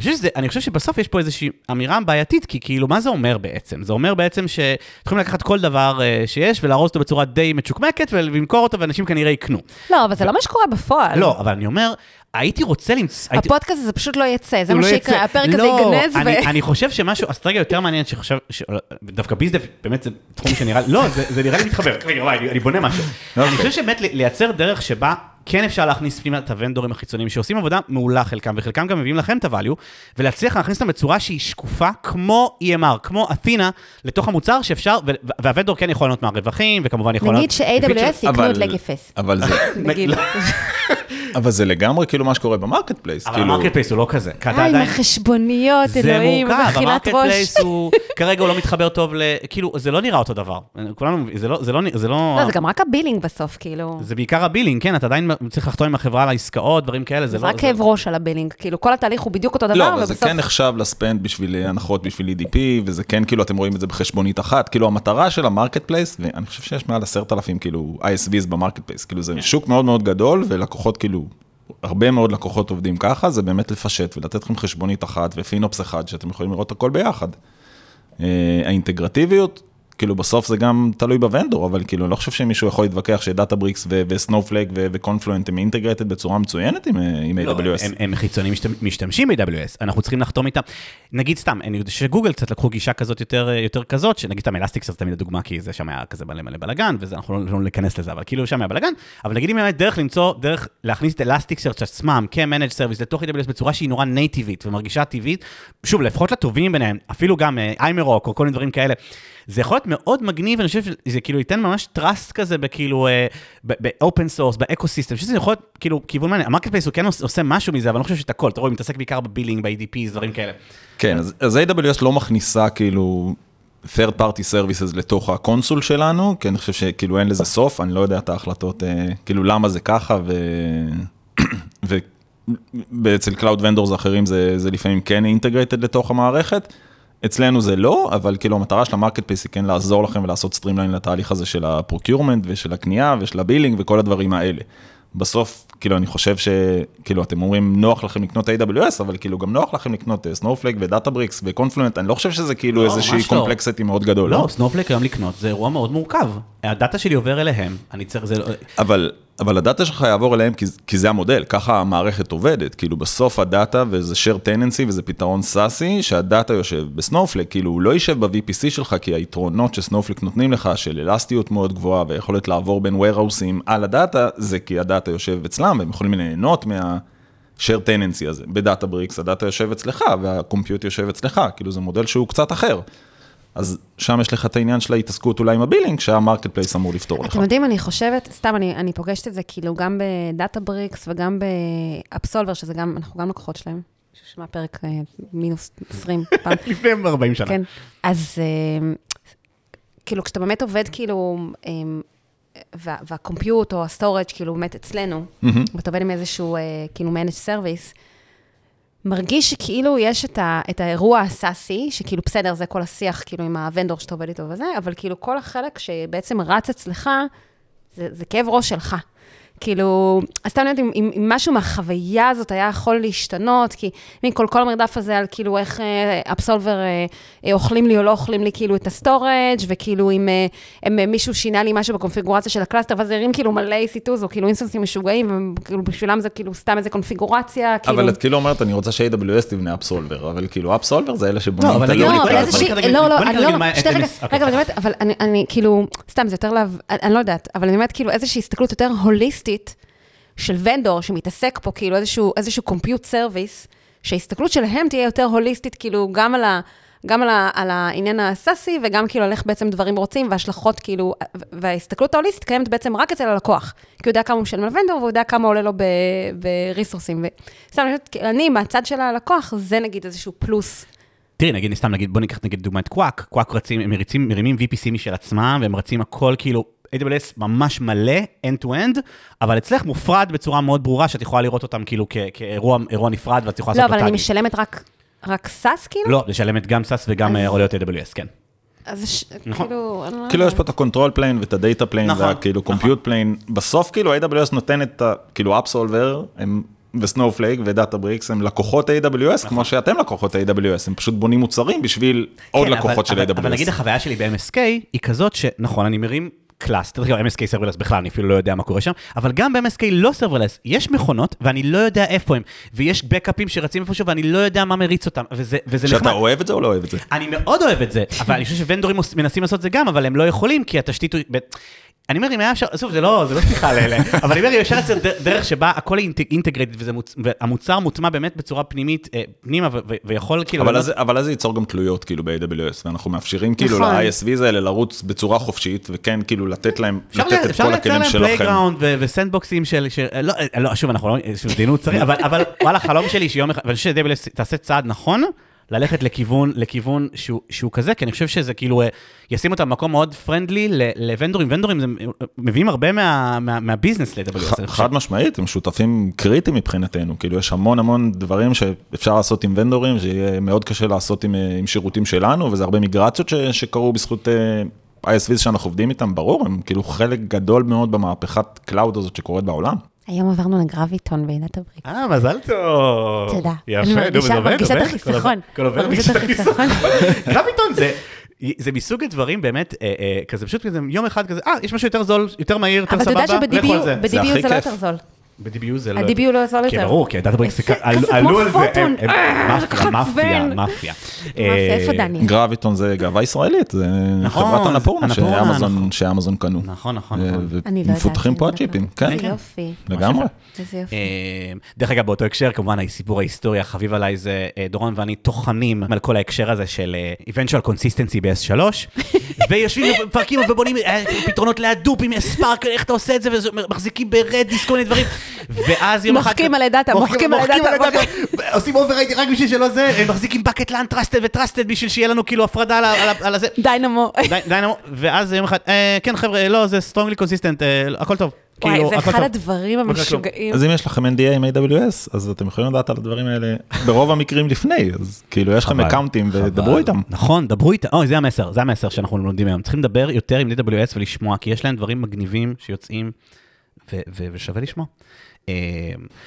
אני חושב, שזה, אני חושב שבסוף יש פה איזושהי אמירה בעייתית, כי כאילו, מה זה אומר בעצם? זה אומר בעצם שיכולים לקחת כל דבר אה, שיש ולארוז אותו בצורה די מצ'וקמקת ולמכור אותו, ואנשים כנראה יקנו.
לא, אבל זה לא מה לא שקורה בפועל.
לא, אבל אני אומר, הייתי רוצה למצוא... הייתי-
הפודקאסט הזה פשוט לא יצא, זה
הוא
מה
לא יצא.
שיקרה, הפרק הזה
לא,
ייגנז ו...
אני- אני חושב שמשהו, אסטרטגיה יותר מעניינת שחושב, ש- דווקא ביזדף, באמת זה תחום שנראה לי, לא, זה זה נראה לי מתחבר, רגע, וואי, אני- אני בונה משהו. אני חושב שבאמת לי- לייצר דרך שבה כן אפשר להכניס פנימה את הוונדורים החיצוניים שעושים עבודה מעולה חלקם, וחלקם גם מביאים לכם את הvalue, ולהצליח להכניס אותם בצורה שהיא שקופה, כמו EMR, כמו אתינה, לתוך המוצר שאפשר, ו- והוונדור כן יכול ליהנות מהרווחים, וכמובן יכול...
נגיד
ליהנות-
ש-AWS יקנו
אבל-
את לגפס.
אבל זה-
לא,
נגיד. אה,
אבל זה לגמרי כאילו מה שקורה במרקט פלייס,
אבל
כאילו,
המרקט פייס הוא לא כזה. כי אתה
אה, עם
עדיין-
החשבוניות,
זה
אלוהים,
מורכב,
אכילת
המרקט
ראש.
פלייס הוא, כרגע הוא לא מתחבר טוב ל... כאילו, זה לא נראה אותו דבר. כולנו, זה לא... זה לא... זה לא...
לא, זה גם רק הבילינג בסוף, כאילו.
זה בעיקר הבילינג, כן, אתה עדיין צריך לחתום עם החברה על העסקאות, דברים כאלה, זה
זה
לא...
רק כאב ראש על הבילינג, כאילו כל התהליך הוא בדיוק אותו
לא,
דבר,
אבל זה
ובסוף...
כן נחשב לספנד בשביל הנחות בשביל EDP, וזה כן כאילו אתם רואים את זה בחשבונית אחת, כאילו המטרה של המרקט פלייס, ואני חושב שיש מעל עשרת אלפים כאילו ISVs במרקט פלייס, כאילו זה שוק מאוד מאוד גדול, ולקוחות כאילו, הרבה מאוד לקוחות עובדים ככה, זה באמת לפשט ולתת לכם חשבונית אחת ופינופס אחד, שאתם יכולים לראות הכל ביחד. אה, האינטגרטיביות, כאילו בסוף זה גם תלוי בוונדור, אבל כאילו אני לא חושב שמישהו יכול להתווכח שדאטה בריקס וסנופלייק וקונפלואנט הם אינטגרטד בצורה מצוינת עם, אה, עם
לא,
AWS.
הם, הם חיצונים משתמשים ב-AWS, אנחנו צריכים לחתום איתם. נגיד סתם, אני יודע שגוגל קצת לקחו גישה כזאת יותר, אה, יותר כזאת, שנגיד סתם אלסטיקס זה תמיד הדוגמה, כי זה שם היה כזה מלא מלא בלאגן, ואנחנו לא, לא ניכנס לזה, אבל כאילו שם היה בלאגן, אבל נגיד אם באמת דרך למצוא, דרך להכניס את אלסטיקסרצ' עצמם כ-Manage Service לתוך AWS בצורה שהיא נורא נייטיבית ומרגישה טבעית, שוב, לפחות לטובים ביניהם, אפילו גם איימרוק או כל מיני דברים כאלה. זה יכול להיות מאוד מגניב, אני חושב שזה כאילו ייתן ממש trust כזה בכאילו, אה, ב- ב-open source, באקו-סיסטם, שזה יכול להיות כאילו כיוון מעניין. המרקט פלייס הוא כן עוש- עושה משהו מזה, אבל אני לא חושב שאת הכל, אתה רואה, הוא מתעסק בעיקר בבילינג, ב-ADP, דברים כאלה.
כן, אז, אז AWS לא מכניסה כאילו third party services לתוך הקונסול שלנו, כי אני חושב שכאילו אין לזה סוף, אני לא יודע את ההחלטות, אה, כאילו למה זה ככה, ו... ו... ואצל Cloud Vendors אחרים זה, זה לפעמים כן אינטגרטד לתוך המערכת. אצלנו זה לא, אבל כאילו המטרה של המרקט פייס היא כן לעזור לכם ולעשות סטרימליין לתהליך הזה של הפרוקיורמנט ושל הקנייה ושל הבילינג וכל הדברים האלה. בסוף, כאילו, אני חושב שכאילו, אתם אומרים, נוח לכם לקנות AWS, אבל כאילו, גם נוח לכם לקנות סנורפלייק ודאטה בריקס וקונפלואנט, אני לא חושב שזה כאילו
לא,
איזושהי
ממש לא.
קומפלקסיטי מאוד גדול.
לא, סנופלק היום לקנות, זה אירוע מאוד מורכב. הדאטה שלי עובר אליהם, אני צריך, זה לא...
אבל, אבל הדאטה שלך יעבור אליהם כי, זה- כי זה המודל, ככה המערכת עובדת, כאילו בסוף הדאטה וזה share tenancy וזה פתרון סאסי, שהדאטה יושב בסנופלק, כאילו הוא לא יישב ב-VPC שלך, כי היתרונות שסנופלק נותנים לך, של אלסטיות מאוד גבוהה ויכולת לעבור בין warehouseים על הדאטה, זה כי הדאטה יושב אצלם והם יכולים ליהנות מה... share tenancy הזה, בדאטה בריקס הדאטה יושב אצלך והקומפיוט יושב אצלך, כאילו זה מודל שהוא קצת אחר. אז שם יש לך את העניין של ההתעסקות אולי עם הבילינג שהמרקט פלייס אמור לפתור לך.
אתם יודעים, אני חושבת, סתם, אני, אני פוגשת את זה כאילו גם בדאטה בריקס וגם באפסולבר, שזה גם, אנחנו גם לקוחות שלהם, ששמע פרק אה, מינוס 20 פעם.
לפני 40 שנה.
כן. אז אה, כאילו, כשאתה באמת עובד, כאילו, אה, וה- והקומפיוט או הסטורג' כאילו באמת אצלנו, ואתה עובד עם איזשהו, אה, כאילו, managed service, מרגיש שכאילו יש את, ה, את האירוע הסאסי, שכאילו בסדר, זה כל השיח כאילו עם הוונדור שאתה עובד איתו וזה, אבל כאילו כל החלק שבעצם רץ אצלך, זה, זה כאב ראש שלך. כאילו, אז סתם יודעת אם, אם, אם משהו מהחוויה הזאת היה יכול להשתנות, כי מין כל, כל המרדף הזה על כאילו איך אפסולבר אה, אה, אוכלים לי או לא אוכלים לי כאילו את הסטורג', וכאילו אם אה, הם, אה, מישהו שינה לי משהו בקונפיגורציה של הקלאסטר, ואז זה הרים כאילו מלא סיטוז, או כאילו אינסטנסים משוגעים, וכאילו בשבילם זה כאילו סתם איזה קונפיגורציה, כאילו...
אבל את כאילו אומרת, אני רוצה ש-AWS תבנה אפסולבר, אבל כאילו אפסולבר זה אלה
לא,
שבונים
אבל
את
נגיד,
הלוגיקה. הזאת.
לא, אבל איזה שהיא, לא,
בוא נקרא- בוא נקרא- בוא
לא,
נקרא
אני לא,
רגע מה-
שתי רגע,
אוקיי,
רגע,
סליחה.
באמת, אבל אני- אני כאילו, סתם, זה יותר להב... אני אני לא יודעת, אבל אני אומרת, כאילו, איזושהי הסתכלות יותר הוליסטית של ונדור שמתעסק פה, כאילו, איזשהו- איזשהו קומפיוט סרוויס, שההסתכלות שלהם תהיה יותר הוליסטית, כאילו, גם על ה... גם על, ה, על העניין הסאסי, וגם כאילו על איך בעצם דברים רוצים, והשלכות כאילו, ו- וההסתכלות ההוליסטית קיימת בעצם רק אצל הלקוח. כי הוא יודע כמה הוא משלם לוונדור, והוא יודע כמה עולה לו ב- בריסורסים. וסתם, אני חושבת, אני, מהצד של הלקוח, זה נגיד איזשהו פלוס
תראי, נגיד, סתם נגיד, בוא ניקח נגיד דוגמא את קוואק, קוואק רצים, הם רצים, מרימים VPC משל עצמם, והם רצים הכל כאילו, AWS ממש מלא, end to end, אבל אצלך מופרד בצורה מאוד ברורה, שאת יכולה לראות אותם כאילו כ- כאירוע אירוע נפרד, ואת יכולה
לא,
לעשות
אבל אני
טאגים.
משלמת רק, רק סאס, כאילו?
לא, לשלמת גם סאס וגם אה, יכול להיות AWS, כן.
אז ש...
נכון.
כאילו, אני לא
כאילו יש פה
יודעת.
את ה-control plane ואת ה-data plane,
נכון,
והכאילו
נכון.
compute plane, בסוף כאילו AWS נותן את ה... כאילו אפסולבר, הם... וסנופלייק ודאטה בריקס הם לקוחות AWS,
נכון.
כמו שאתם לקוחות AWS, הם פשוט בונים מוצרים בשביל עוד
כן, אבל-
לקוחות של
אבל-
AWS.
אבל נגיד החוויה שלי ב-MSK היא כזאת שנכון, אני מרים קלאסטר, גם MSK סרברלס בכלל, אני אפילו לא יודע מה קורה שם, אבל גם ב-MSK לא סרברלס, יש מכונות, ואני לא יודע איפה הם, ויש בקאפים שרצים איפשהו, ואני לא יודע מה מריץ אותם, וזה, וזה
שאתה
נחמד.
אוהב את זה או לא אוהב את זה?
אני מאוד אוהב את זה, אבל אני חושב שוונדורים עוש- מנסים לעשות את זה גם, אבל הם לא יכולים, כי התשתית הוא... ב- אני אומר, אם היה אפשר, עזוב, זה לא, זה לא שיחה לאלה, אבל אני אומר, אם אפשר לצאת דר- דרך שבה הכל אינטגרטית, והמוצר מוטמע באמת בצורה פנימית, אה, פנימה, ו- ו- ויכול כאילו...
אבל
לעלות-
אז, אבל אז זה ייצור גם תלויות כאילו ב-AWS, ואנחנו מאפשרים כאילו
נכון.
ל-ISVs האלה לרוץ בצורה חופשית, וכן כאילו לתת להם,
אפשר
לתת
ל-
את
אפשר
כל
לייצר
הכלים
להם
שלכם.
פלייגראונד ו- וסנדבוקסים של, של- לא, אה, לא, שוב, אנחנו לא, שוב, זדינות צריך, אבל- אבל וואלה, החלום שלי שיום אחד, ואני חושב שדבלס תעשה צעד נכון, ללכת לכיוון, לכיוון שהוא, שהוא כזה, כי אני חושב שזה כאילו, אה, ישים אותם במקום מאוד פרנדלי ל- לוונדורים, וונדורים זה, אה, מביאים הרבה מה, מה, מהביזנס ל-AWS, אני
ח-
חושב.
חד משמעית, הם שותפים קריטיים מבחינתנו, כאילו יש המון המון דברים שאפשר לעשות עם ונדורים, שיהיה מאוד קשה לעשות עם, אה, עם שירותים שלנו, וזה הרבה מיגרציות ש, שקרו בזכות אה, ISVs שאנחנו עובדים איתם, ברור, הם כאילו חלק גדול מאוד במהפכת קלאוד הזאת שקורית בעולם.
היום עברנו לגרביטון בעידת הברית.
אה, מזל טוב.
תודה.
יפה,
אני
נו,
מרגישה-
וזה עובד,
מרגישה את
עובד.
החיסכון.
כל עובד- כל עובד
מרגישה
מרגישה
את
את החיסכון.
החיסכון.
גם פתאום זה... זה מסוג הדברים באמת, אה, אה, כזה פשוט כזה יום אחד כזה, אה, יש משהו יותר זול, יותר מהיר, יותר
אבל אתה
סבבה,
יודע
לכו על זה.
שב-DBU
זה הכי
ב-DBU זה לא
כיף.
יותר זול.
ב-DBU זה לא...
ה-DBU לא זול יותר.
כן, ברור, כי דאטה בריקס זה...
זה
כ- עלו
כזה
עלו
כמו
על זה, הם-
פוטון.
הם-
אה,
מאפיה, מאפיה,
מעצבן.
מאפיה.
מאפיה, איפה
אה,
דני?
גרביטון זה גאווה ישראלית, זה
נכון,
חברת אנפורנה
אנפורנה, נכון.
שאמזון, שאמזון קנו. אה,
נכון, נכון, נכון.
אני לא יודעת.
ומפותחים פה
אני לא יודעת.
הצ'יפים, כן,
איזה
כן.
יופי.
לגמרי.
איזה יופי.
אה, דרך אגב, באותו הקשר, כמובן, הסיפור ההיסטורי החביב עליי זה אה, דורון ואני טוחנים על כל ההקשר הזה של אה, eventual consistency ב-S3, ויושבים ומפרקים ובונים אה, פתרונות להדופ עם ספארק, איך אתה עושה את זה, ומחזיקים ברדיס, כל מיני דברים, ואז יום אחד...
מוחקים עלי דאטה, מוחקים עלי דאטה,
דאטה. עושים אוברייט רק בשביל שלא זה, הם מחזיקים bucket land trusted וטרסטד בשביל שיהיה לנו כאילו הפרדה על ה- על ה- על הזה.
דיינמו.
די- דיינמו, ואז יום אחד, "אה, כן חבר'ה, לא, זה strongly consistent, אה, הכל טוב.
וואי,
כאילו,
זה
הכל
אחד
טוב.
הדברים
לא קרה
המשוגעים.
אז אם יש לכם NDA עם AWS, אז אתם יכולים לדעת על הדברים האלה ברוב המקרים לפני, אז כאילו יש לכם
חבל,
אקאונטים
חבל.
ודברו איתם.
נכון, דברו איתם. אוי, זה המסר, זה המסר שאנחנו לומדים היום. צריכים לדבר יותר עם AWS ולשמוע, כי יש להם דברים מגניבים שיוצאים, ו- ו- ושווה לשמוע. אה,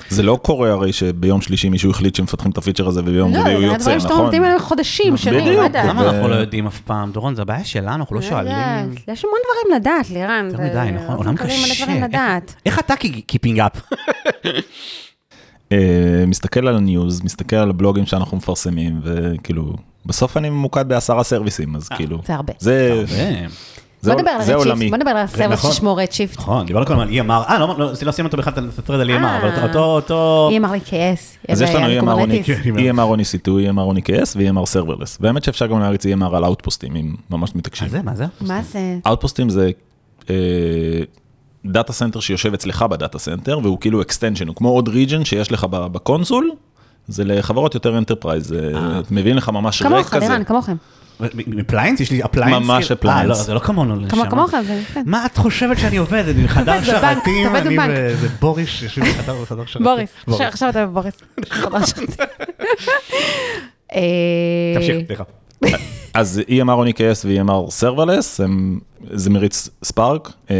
זה לא קורה הרי שביום שלישי מישהו החליט שמפתחים את הפיצ'ר הזה וביום
לא,
רביעי הוא
זה
יוצא,
הדברים שאתם
נכון?
עובדים עליהם חודשים, שנים,
בדיוק.
לא יודעת.
למה
ו-
אנחנו לא יודעים אף פעם? דורון, זה הבעיה שלנו, אנחנו לא
לא
שואלים.
יודעת. יש המון דברים לדעת, לירן.
יותר
זה-
מדי, נכון? עולם
הרבה
קשה.
דברים
איך-
לדעת.
איך אתה קיפינג אפ?
אה, מסתכל על הניוז, מסתכל על הבלוגים שאנחנו מפרסמים, וכאילו, בסוף אני ממוקד בעשרה סרוויסים, אז כאילו,
אה, זה הרבה.
זה זה
בוא נדבר על
זה
רדשיפט,
עולמי.
בוא נדבר על הסרוויס
נכון.
ששמו רדשיפט.
נכון, דיברנו קודם על EMR, אה, לא, לא, לא סיימנו אותו בכלל את הטרד על EMR, אבל אותו, אותו...
היא אמר לי כעס.
אז יש לנו E
יאללה,
EMR
קוברנטיס.
on EMR on EC2, EMR on EKS ו-EMR serverless. והאמת שאפשר גם להריץ EMR על Outpostים, אם ממש מתעקשים.
מה זה, מה זה?
מה זה?
Outpostים זה אה, דאטה סנטר שיושב אצלך בדאטה סנטר, והוא כאילו extension, הוא כמו עוד region שיש לך ב- בקונסול, זה לחברות יותר אנטרפרייז,
אה.
מבין לך ממש רק
כמוך,
כזה.
לירן, כמוכם.
אוקיי. מפליינס? יש לי אפליינס?
ממש
כאילו?
appliance.
אה, לא, זה לא כמונו. נשמה.
כמוך, זה- כן.
מה את חושבת שאני עובד? אני בחדר
עובד בבנק,
שרתים,
אתה עובד
אני
בבנק.
וזה בוריס שיושבים בחדר בחדר שרתים.
בוריס, עכשיו- עכשיו אתה בבוריס. חדש. אה,
תמשיך, סליחה.
אז E EMR on EKS ו-EMR serverless, הם, זה מריץ ספארק אה,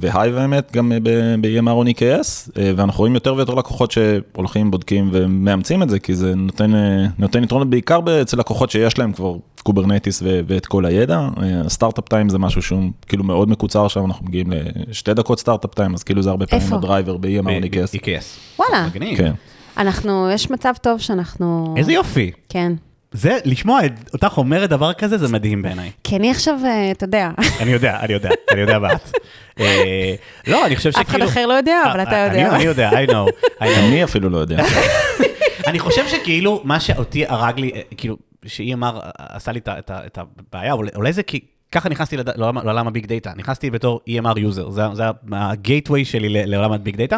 והייב האמת גם אה, ב- ב-EMR on EKS, אה, ואנחנו רואים יותר ויותר לקוחות שהולכים, בודקים ומאמצים את זה, כי זה נותן, אה, נותן יתרונות בעיקר אצל לקוחות שיש להם כבר קוברנטיס ו- ואת כל הידע. סטארט-אפ טיים זה משהו שהוא כאילו מאוד מקוצר, עכשיו אנחנו מגיעים לשתי דקות סטארט-אפ טיים, אז כאילו זה הרבה פעמים
איפה?
הדרייבר ב-EMR on EKS.
EKS.
וואלה.
מגניב.
כן.
אנחנו, יש מצב טוב שאנחנו...
איזה יופי.
כן.
זה, לשמוע את אותך אומרת דבר כזה, זה מדהים בעיניי.
כי אני עכשיו, אה, אתה יודע,
אני יודע, אני יודע, אני יודע מה את. אה, לא, אני חושב
אחד
שכאילו...
אחר לא יודע, אבל אתה
אה, אני-
יודע.
אני יודע, I know, I know.
אני אפילו לא יודע.
אני חושב שכאילו, מה שאותי הרג לי, אה, כאילו, שאי.אמר עשה לי את ה- את ה- את הבעיה, אולי- אולי זה כי... ככה נכנסתי לד- לעולם לעולם הביג דאטה, נכנסתי בתור E EMR יוזר, זה, זה הגייטווי שלי ל- לעולם הביג דאטה.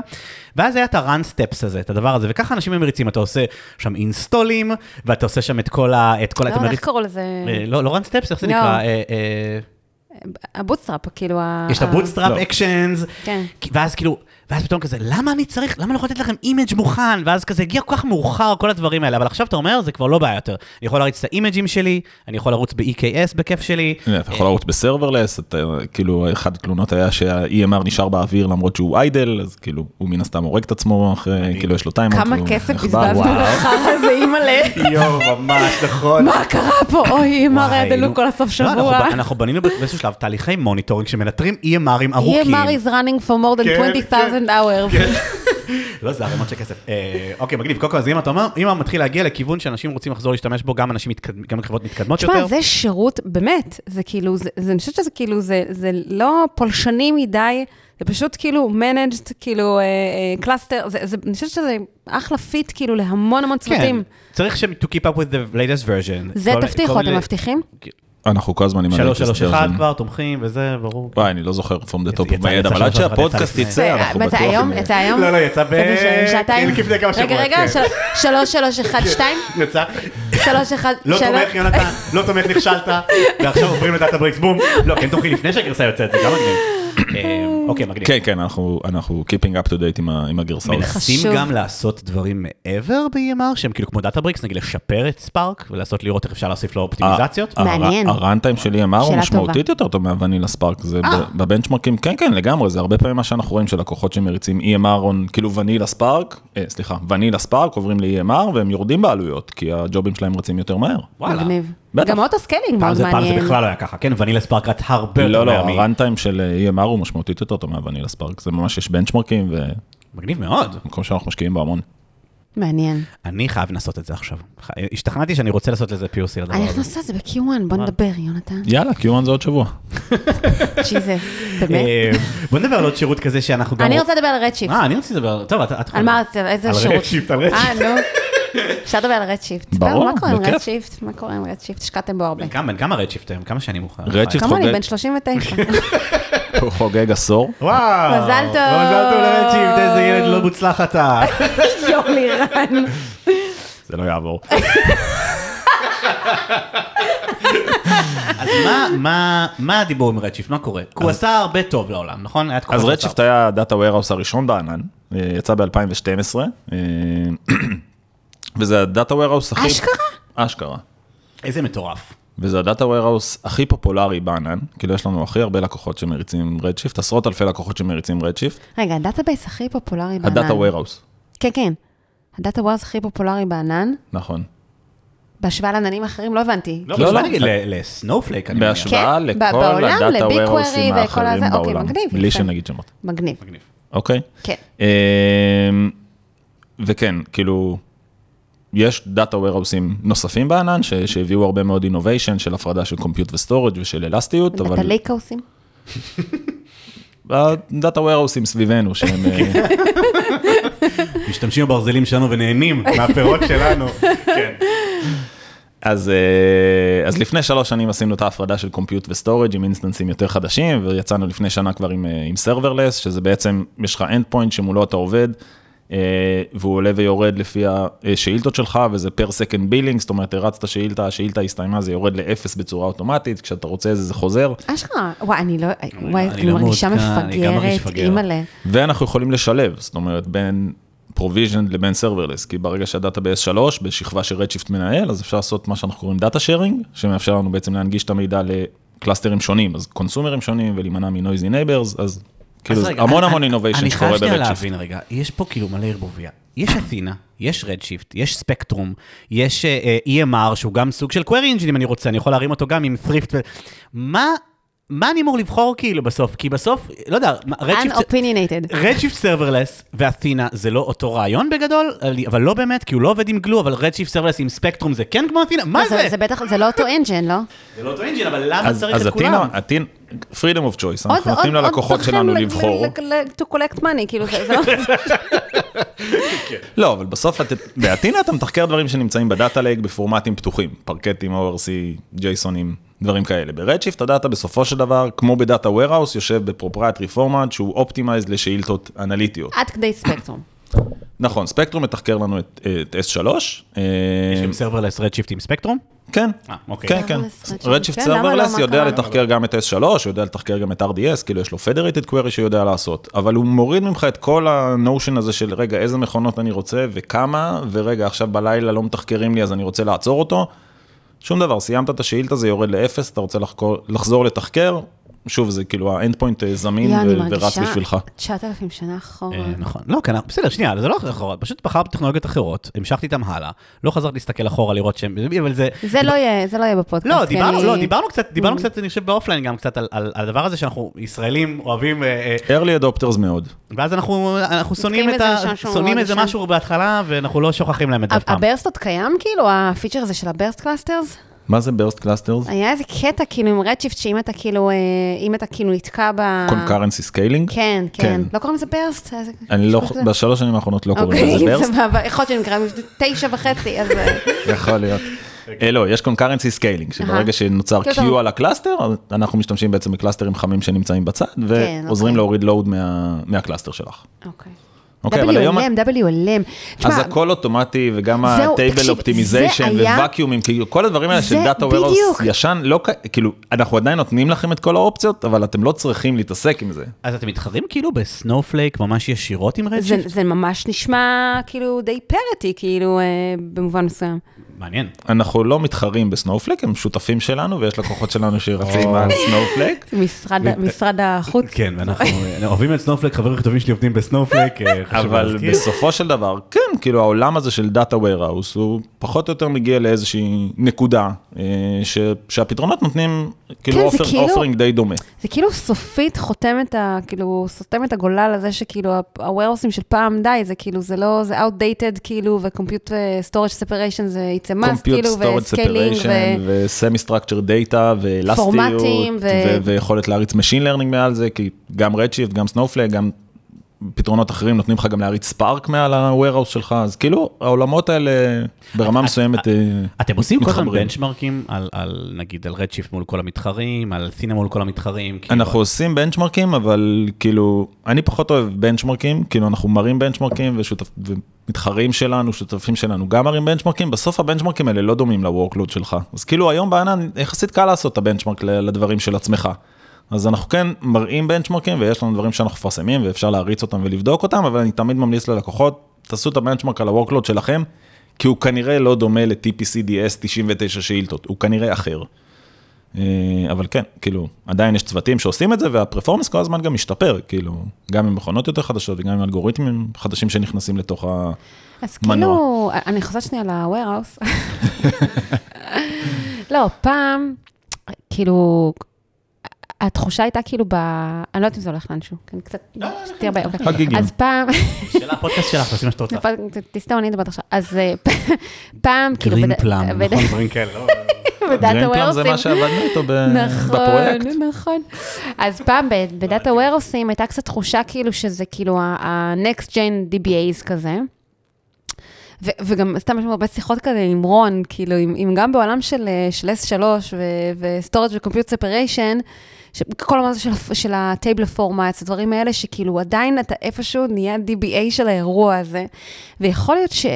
ואז היה את ה-run steps הזה, את הדבר הזה, וככה אנשים היו מריצים, אתה עושה שם אינסטולים, ואתה עושה שם את כל ה... את כל ה-
לא,
אתה
איך קראו לזה?
אה, לא, לא run steps, איך זה
לא.
נקרא? אה, אה,
הבוטסטראפ, כאילו ה...
יש את הבוטסטראפ
לא.
אקשנס,
כן.
ואז כאילו, ואז פתאום כזה, למה אני צריך, למה אני לא יכול לתת לכם אימג' מוכן? ואז כזה הגיע כל כך מאוחר כל הדברים האלה, אבל עכשיו אתה אומר, זה כבר לא בעיה יותר. אני יכול להריץ את האימג'ים שלי, אני יכול לרוץ ב-EKS בכיף שלי.
הנה, אתה יכול לרוץ בסרברלס, אתה, כאילו, אחת התלונות היה שה-EMR נשאר באוויר למרות שהוא איידל, אז כאילו, הוא מן הסתם הורג את עצמו אחרי, כאילו, יש לו טיימר.
כמה כסף בזבזנו על החרא הזה, אימא'לה.
יואו, ממש, נכון.
מה קרה פה? אוי, אימא,
וואי,
רדלו
נו.
כל הסוף
לא, אנחנו
שבוע.
ב- אנחנו בנינו באיזשהו שלב תהליכי מוניטורינג שמנטרים EMRים ארוכים.
EMR E is running for more than
כן,
20,000 hours.
לא, זה ערימות של כסף. אה, אוקיי, מגניב. קודם כל, אז אם אתה אומר, אם מתחיל להגיע לכיוון שאנשים רוצים לחזור להשתמש בו, גם אנשים, מתקד- גם חברות מתקדמות יותר.
תשמע, זה שירות, באמת, זה כאילו, זה, זה, אני חושבת שזה כאילו, זה, זה לא פולשני מדי, זה פשוט כאילו managed, כאילו קלאסטר, זה, זה, אני חושבת שזה אחלה פיט כאילו להמון המון
כן,
צוותים.
צריך ש- to keep up with the latest version.
זה
כל-
תבטיחו,
כל-
אתם מבטיחים?
אנחנו כל הזמן עם
שלוש, שלוש, אחד
ה-latest version.
כבר, תומכים וזה, ברור.
וואי, אני לא זוכר from the top
יצא-
of my head,
יצא
אבל עד
שלוש, אחד,
שהפודקאסט
יצא לפני.
יצא, אנחנו בטוח...
יצא אה, היום?
עם-
יצא היום?
לא, לא, יצא ב... כאילו,
לפני ש- שעתיים?
לפני כמה שבועות,
רגע, רגע,
כן.
של- שלוש, שלוש, אחד, שתיים?
יצא.
שלוש, אחד,
לא
שלוש-
תומך, יונתן, לא תומך, נכשלת, ועכשיו עוברים לדאטה בריקס, בום. לא, כן תומכים לפני שהגרסה יוצאת, זה גם מגניב. אה, אוקיי, מגניב.
כן, כן, אנחנו אנחנו keeping up to date עם ה- עם הגרסה. הזאת.
מנסים
חשוב.
גם לעשות דברים מעבר ב-EMR, שהם כאילו כמו דאטה-בריקס, נגיד לשפר את ספארק, ולעשות לראות איך אפשר להוסיף לו אופטימיזציות?
ה- ה-
מעניין.
הראנטיים שלי אמר הוא
שאלה אה.
משמעותית יותר טוב מהוונילה ספארק, זה ב- בבנצ'מרקים, כן כן לגמרי, זה הרבה פעמים מה שאנחנו רואים של לקוחות שמריצים EMR, on, כאילו ונילה ספארק, אה, סליחה, ונילה ספארק עוברים ל-EMR והם יורדים בעלויות, כי הג'ובים שלהם רצים יותר מהר.
וואלה.
מגניב.
בטח.
גם אוטו סקיילינג
פעם
מאוד
זה פעם זה
מעניין.
בכלל לא היה ככה, כן? ונילה ספארק רץ הרבה יותר
לא, לא,
מהר מ-
הראנטיים של אה, EMR הוא משמעותית יותר טוב מהוונילה ספארק, זה ממש יש בנצ'מרקים
מגניב מאוד.
ומקום שאנחנו משקיעים בו המון.
מעניין.
אני חייב לנסות את זה עכשיו. ח- השתכנעתי שאני רוצה לעשות לזה POC לדבר
אני
הזה.
נכנסה לזה ב-Q1,
נכון.
בוא נדבר, יונתן.
יאללה, Q1 זה עוד שבוע.
ג'יזס, באמת.
אה, בוא נדבר על עוד שירות כזה שאנחנו גם...
אני רוצה לדבר על רדשיפט.
אה, אני רוצה לדבר, טוב, את את יכולה.
על מה רצית? איזה
על
שירות?
רדשיפט, על רדשיפט.
אה, נו. אפשר לדבר על רדשיפט.
ברור,
מה קורה עם
בכיף.
רדשיפט? מה קורה עם רדשיפט? השקעתם בו הרבה.
בן כמה- בן כמה רדשיפט היום? כמה שנים מאוחר?
רדשיפט
כמוני,
חוגג-
בן 39.
הוא חוגג עשור.
וואו!
מזל טוב.
מזל טוב לרדשיפט, איזה ילד לא מוצלח אתה.
יום לירן.
זה לא יעבור.
אז מה- מה- מה הדיבור עם רדשיפט? מה קורה? כי הוא עשה הרבה טוב לעולם, נכון? היה תקופה
אז
שהוא
רדשיפט היה הדאטה warehouse הראשון בענן, אה, יצא ב-2012, אה, וזה הדאטה warehouse הכי...
אשכרה?
אשכרה.
עשה. איזה מטורף.
וזה הדאטה warehouse הכי פופולרי בענן, כאילו יש לנו הכי הרבה לקוחות שמריצים רדשיפט, עשרות אלפי לקוחות שמריצים רדשיפט,
רגע, הדאטאבייס הכי פופולרי בענן.
הדאטה warehouse,
כן, כן. הדאטה ווירס הכי פופולרי בענן.
נכון.
בהשוואה לעננים אחרים לא הבנתי.
לא,
לא,
בהשוואה
לא.
נגיד ל- לסנופלייק, אני מניח.
בהשוואה- השוואה
כן, ב-
לכל
בעולם,
הדאטה
לביג
warehouseים
קווירי וכל
האחרים
הזה, אוקיי,
בעולם.
מגניב,
בלי
יפה.
שנגיד שמות,
מגניב.
מגניב.
אוקיי?
כן.
אמ, וכן, כאילו, יש דאטה warehouseים נוספים בענן, ש- שהביאו הרבה מאוד innovation של הפרדה של compute ו-storage ושל אלסטיות, אבל...
דאטה ליקה עושים?
הדאטה warehouseים סביבנו, שהם... אה,
משתמשים בברזלים שלנו ונהנים מהפירות שלנו. כן.
אז, אה, אז לפני שלוש שנים עשינו את ההפרדה של compute ו-storage עם אינסטנסים יותר חדשים, ויצאנו לפני שנה כבר עם, אה, עם serverless, שזה בעצם, יש לך end point שמולו אתה עובד, אה, והוא עולה ויורד לפי השאילתות שלך, וזה per second billing, זאת אומרת, הרצת שאילתה, השאילתה הסתיימה, זה יורד לאפס בצורה אוטומטית, כשאתה רוצה זה, זה חוזר,
אשכרה. וואי, אני לא... וואי,
אני
אני
לא
מרגישה
מעודכן, אני גם מרגיש
מפגרת,
מפגר.
אימא'לה.
ואנחנו יכולים לשלב, זאת אומרת, בין provision לבין serverless, כי ברגע שהדאטה ב-S3, בשכבה שרדשיפט מנהל, אז אפשר לעשות מה שאנחנו קוראים דאטה sharing, שמאפשר לנו בעצם להנגיש את המידע לקלאסטרים שונים, אז קונסומרים שונים, ולהימנע מ-noisy neighbors, אז כאילו,
אז
זה
רגע,
המון
אני-
המון
אני-
innovation שקורה
אני חייב שנייה
ברדשיפט.
להבין רגע, יש פה כאילו מלא ערבוביה. יש אתינה, יש רדשיפט, יש ספקטרום, יש אה, אה, EMR, שהוא גם סוג של query engine אם אני רוצה, אני יכול להרים אותו גם עם thrift. ו- מה, מה אני אמור לבחור כאילו בסוף? כי בסוף, לא יודע, מה, רדשיפט...
Unopinionated.
רדשיפט סרברלס ואתינה זה לא אותו רעיון בגדול, אבל לא באמת, כי הוא לא עובד עם גלו, אבל רדשיפט סרברלס עם ספקטרום זה כן כמו אתינה, מה
לא,
זה?
זה בטח, זה לא אותו engine, לא?
זה לא אותו אינג'ין, אבל למה
אז
צריך
אז
את כולם?
הטינה, הטין- freedom of choice,
עוד-
אנחנו נותנים
עוד- עוד
ללקוחות
דרכים
שלנו
ל- ל-
לבחור.
ל- ל- to collect money, כאילו, זה זה לא...
לא, אבל בסוף, את- באתינה אתה מתחקר דברים שנמצאים בדאטה לייק בפורמטים פתוחים, פרקטים, ORC, ג'ייסונים, דברים כאלה. ברדשיפט הדאטה בסופו של דבר, כמו בדאטה warehouse, יושב בפרופרייטרי פורמט שהוא אופטימייז לשאילתות אנליטיות.
עד כדי ספקטרום.
נכון, ספקטרום מתחקר לנו את, את S3, אה,
יש עם סרברלס רדשיפט עם ספקטרום?
כן,
אה, אוקיי.
כן, כן.
serverless, redshift.
רדשיפט
כן, למה לא?
סרברלס
מה
יודע
קרה?
לתחקר גם את S3, הוא יודע לתחקר גם את RDS, כאילו יש לו Federated Query שהוא יודע לעשות, אבל הוא מוריד ממך את כל הנושן הזה של רגע, איזה מכונות אני רוצה וכמה, ורגע, עכשיו בלילה לא מתחקרים לי אז אני רוצה לעצור אותו. שום דבר, סיימת את השאילתה, זה יורד לאפס, אתה רוצה לחקור, לחזור לתחקר, שוב, זה כאילו ה-end point אה, זמין
יואו, אני
ו- ורץ
מרגישה
בשבילך.
9,000 שנה אחורה.
אה, נכון. לא, כן, בסדר, שנייה, זה לא אחורה, פשוט בחרתי טכנולוגיות אחרות, המשכתי איתם הלאה, לא חזרתי להסתכל אחורה לראות שהם, אבל זה...
זה לא Mm. יהיה, זה לא יהיה בפודקאסט.
לא,
כי
דיברנו,
אני-
לא, דיברנו קצת, דיברנו קצת, אני חושב, באופליין גם קצת על- על על הדבר הזה שאנחנו ישראלים אוהבים, אה, אה,
early adopters מאוד.
ואז אנחנו אנחנו שונאים את
נתקעים
ה...
בזה ראשון,
שונאים
ראשון.
איזה משהו בהתחלה, ואנחנו לא שוכחים להם את זה אף
ה-
פעם.
הברסט עוד קיים כאילו, הפיצ'ר הזה של הברסט קלאסטרס?
מה זה burst clusters?
היה איזה קטע כאילו עם רדשיפט, שאם אתה כאילו, אה, אם אתה כאילו נתקע ב...
concurrency scaling?
כן,
כן.
כן. לא קוראים לזה ברסט? היה איזה-
אני לא,
משהו כזה?
בשלוש שנים האחרונות לא קוראים לזה
אוקיי,
burst.
סבבה, יכול להיות שנקרא מזה תשע וחצי, אז... אה,
יכול להיות. אה, לא, יש concurrency scaling, שברגע
אהה.
שנוצר
כאילו
Q
אתה-
על הקלאסטר, אז אנחנו משתמשים בעצם בקלאסטרים חמים שנמצאים בצד,
כן,
ועוזרים
אוקיי.
להוריד לואוד מה- מהקלאסטר שלך.
אוקיי.
אוקיי, אבל
W
היום...
הולם, W הולם. תשמע,
אז הכל אוטומטי, וגם
זהו,
ה-table
תקשיב,
optimization,
זה היה-
וואקיומים, כאילו כל הדברים האלה של
זה
דאטה
בדיוק.
warehouse ישן, לא כ- כאילו, אנחנו עדיין נותנים לכם את כל האופציות, אבל אתם לא צריכים להתעסק עם זה.
אז אתם מתחרים כאילו בסנופלייק ממש ישירות עם
זה,
רדשיפט?
זה ממש נשמע כאילו די פרטי, כאילו, אה, במובן מסוים.
מעניין.
אנחנו לא מתחרים בסנופלק, הם שותפים שלנו, ויש לקוחות שלנו שרצים על סנופלק.
משרד, ה- משרד החוץ.
כן, ואנחנו אוהבים את סנופלייק, חברים הכי טובים שלי עובדים בסנופלייק, אה, חשוב
אבל
להזכיר.
בסופו של דבר, כן, כאילו העולם הזה של דאטה warehouse הוא פחות או יותר מגיע לאיזושהי נקודה, אה, ש, שהפתרונות נותנים כאילו
כן,
אופר,
זה כאילו-
אופרינג די דומה.
זה כאילו סופית חותם את ה... כאילו, סותם את הגולל הזה שכאילו הווירוסים של פעם די, זה כאילו, זה לא, זה outdated כאילו, ו-compute storage separation זה it's a must,
Compute
כאילו,
Storage
ו-scaling,
Separation, ו-Semi-Structure Data, ואלסטיות,
פורמטים, ו-
ו- ויכולת להריץ Machine Learning מעל זה, כי גם Redshift, גם Snowflake, גם פתרונות אחרים נותנים לך גם להריץ Spark מעל ה-Warehouse שלך, אז כאילו העולמות האלה ברמה מסוימת אה,
אתם עושים כל הזמן
מתחברים.
בנצ'מרקים על, על נגיד על רדשיפט מול כל המתחרים, על סינה מול כל המתחרים. כאילו,
אנחנו עושים בנצ'מרקים, אבל כאילו, אני פחות אוהב בנצ'מרקים, כאילו אנחנו מראים בנצ'מרקים ושותפ... ומתחרים שלנו, שותפים שלנו גם מראים בנצ'מרקים, בסוף הבנצ'מרקים האלה לא דומים ל-workload שלך. אז כאילו היום בענן יחסית קל לעשות את הבנצ'מרק ל- לדברים של עצמך. אז אנחנו כן מראים בנצ'מרקים ויש לנו דברים שאנחנו מפרסמים ואפשר להריץ אותם ולבדוק אותם, אבל אני תמיד ממליץ ללקוחות, תעשו את הבנצ'מרק על ה-workload שלכם, כי הוא כנראה לא דומה ל-TPCDS 99 שאילתות, הוא כנראה אחר. אה, אבל כן, כאילו, עדיין יש צוותים שעושים את זה, והפרפורמנס כל הזמן גם משתפר, כאילו, גם עם מכונות יותר חדשות וגם עם אלגוריתמים חדשים שנכנסים לתוך ה...
אז
מנוע.
כאילו, אני חוזרת שנייה ל-Warehouse. לא, פעם, כאילו, התחושה הייתה כאילו ב... אני לא יודעת אם זה הולך לאנשהו, כן, קצת, שתהיה בעיה, אוקיי.
חגיגים.
אז פעם,
שאלה הפודקאסט שלך, תעשי מה שאת רוצה.
נכון, תסתום, אני אדברת עכשיו. אז אה, פ- פעם, כאילו,
גרין
בד-
פלאם,
בד-
נכון, דברים כאלה. לא?
בדאטה
גרינפלאם זה מה
ווירוסים.
שעבדנו איתו ב... בפרויקט.
נכון, נכון. אז פעם ב- בדאטה ווירוסים הייתה קצת תחושה כאילו שזה כאילו ה-next gen DBAs כזה. ו- וגם סתם יש לנו הרבה שיחות כזה עם רון, כאילו, עם, עם גם בעולם של, אה, של S3 ו- ו-Storage ו-Compute Separation, שכל הזמן של, ה- של ה-Table Formats, הדברים האלה, שכאילו עדיין אתה איפשהו נהיה DBA של האירוע הזה, ויכול להיות ש...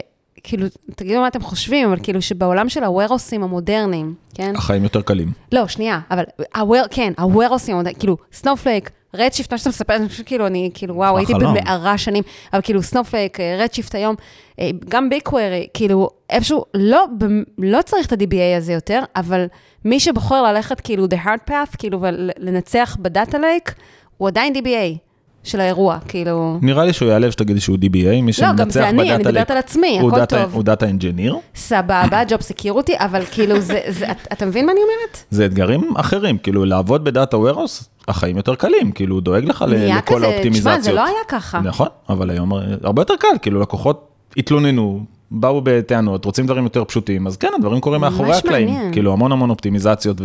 כאילו, תגידו מה אתם חושבים, אבל כאילו שבעולם של הוורוסים המודרניים, כן?
החיים יותר קלים.
לא, שנייה, אבל הוור, כן, הוורוסים, כאילו, סנופלייק, רדשיפט, מה שאתה מספר, אני פשוט כאילו, אני כאילו, וואו, הייתי
החלום.
במערה שנים, אבל כאילו, סנופלייק, רדשיפט היום, אה, גם ביקווירי, כאילו, איפשהו, לא, במ- לא צריך את ה-DBA הזה יותר, אבל מי שבוחר ללכת כאילו the hard path, כאילו, ולנצח בדאטה לייק, הוא עדיין DBA של האירוע, כאילו...
נראה לי שהוא יעלב שתגידי שהוא DBA, מי שמנצח
לא, גם זה אני, אני
בדאטה
מדברת
לק-
על עצמי,
הוא
הכל
דאטה-
טוב.
הוא דאטה אינג'יניר,
סבבה, ג'וב סקיורטי, אבל כאילו, זה, זה, אתה- אתה מבין מה אני אומרת?
זה אתגרים אחרים, כאילו לעבוד בדאטה ווירוס, החיים יותר קלים, כאילו הוא דואג לך ל-
נהיה
לכל
כזה,
האופטימיזציות.
תשמע, זה לא היה ככה.
נכון, אבל היום הרבה יותר קל, כאילו לקוחות התלוננו, באו בטענות, רוצים דברים יותר פשוטים, אז כן, הדברים קורים מאחורי הקלעים.
מעניין.
כאילו המון המון אופטימיזציות,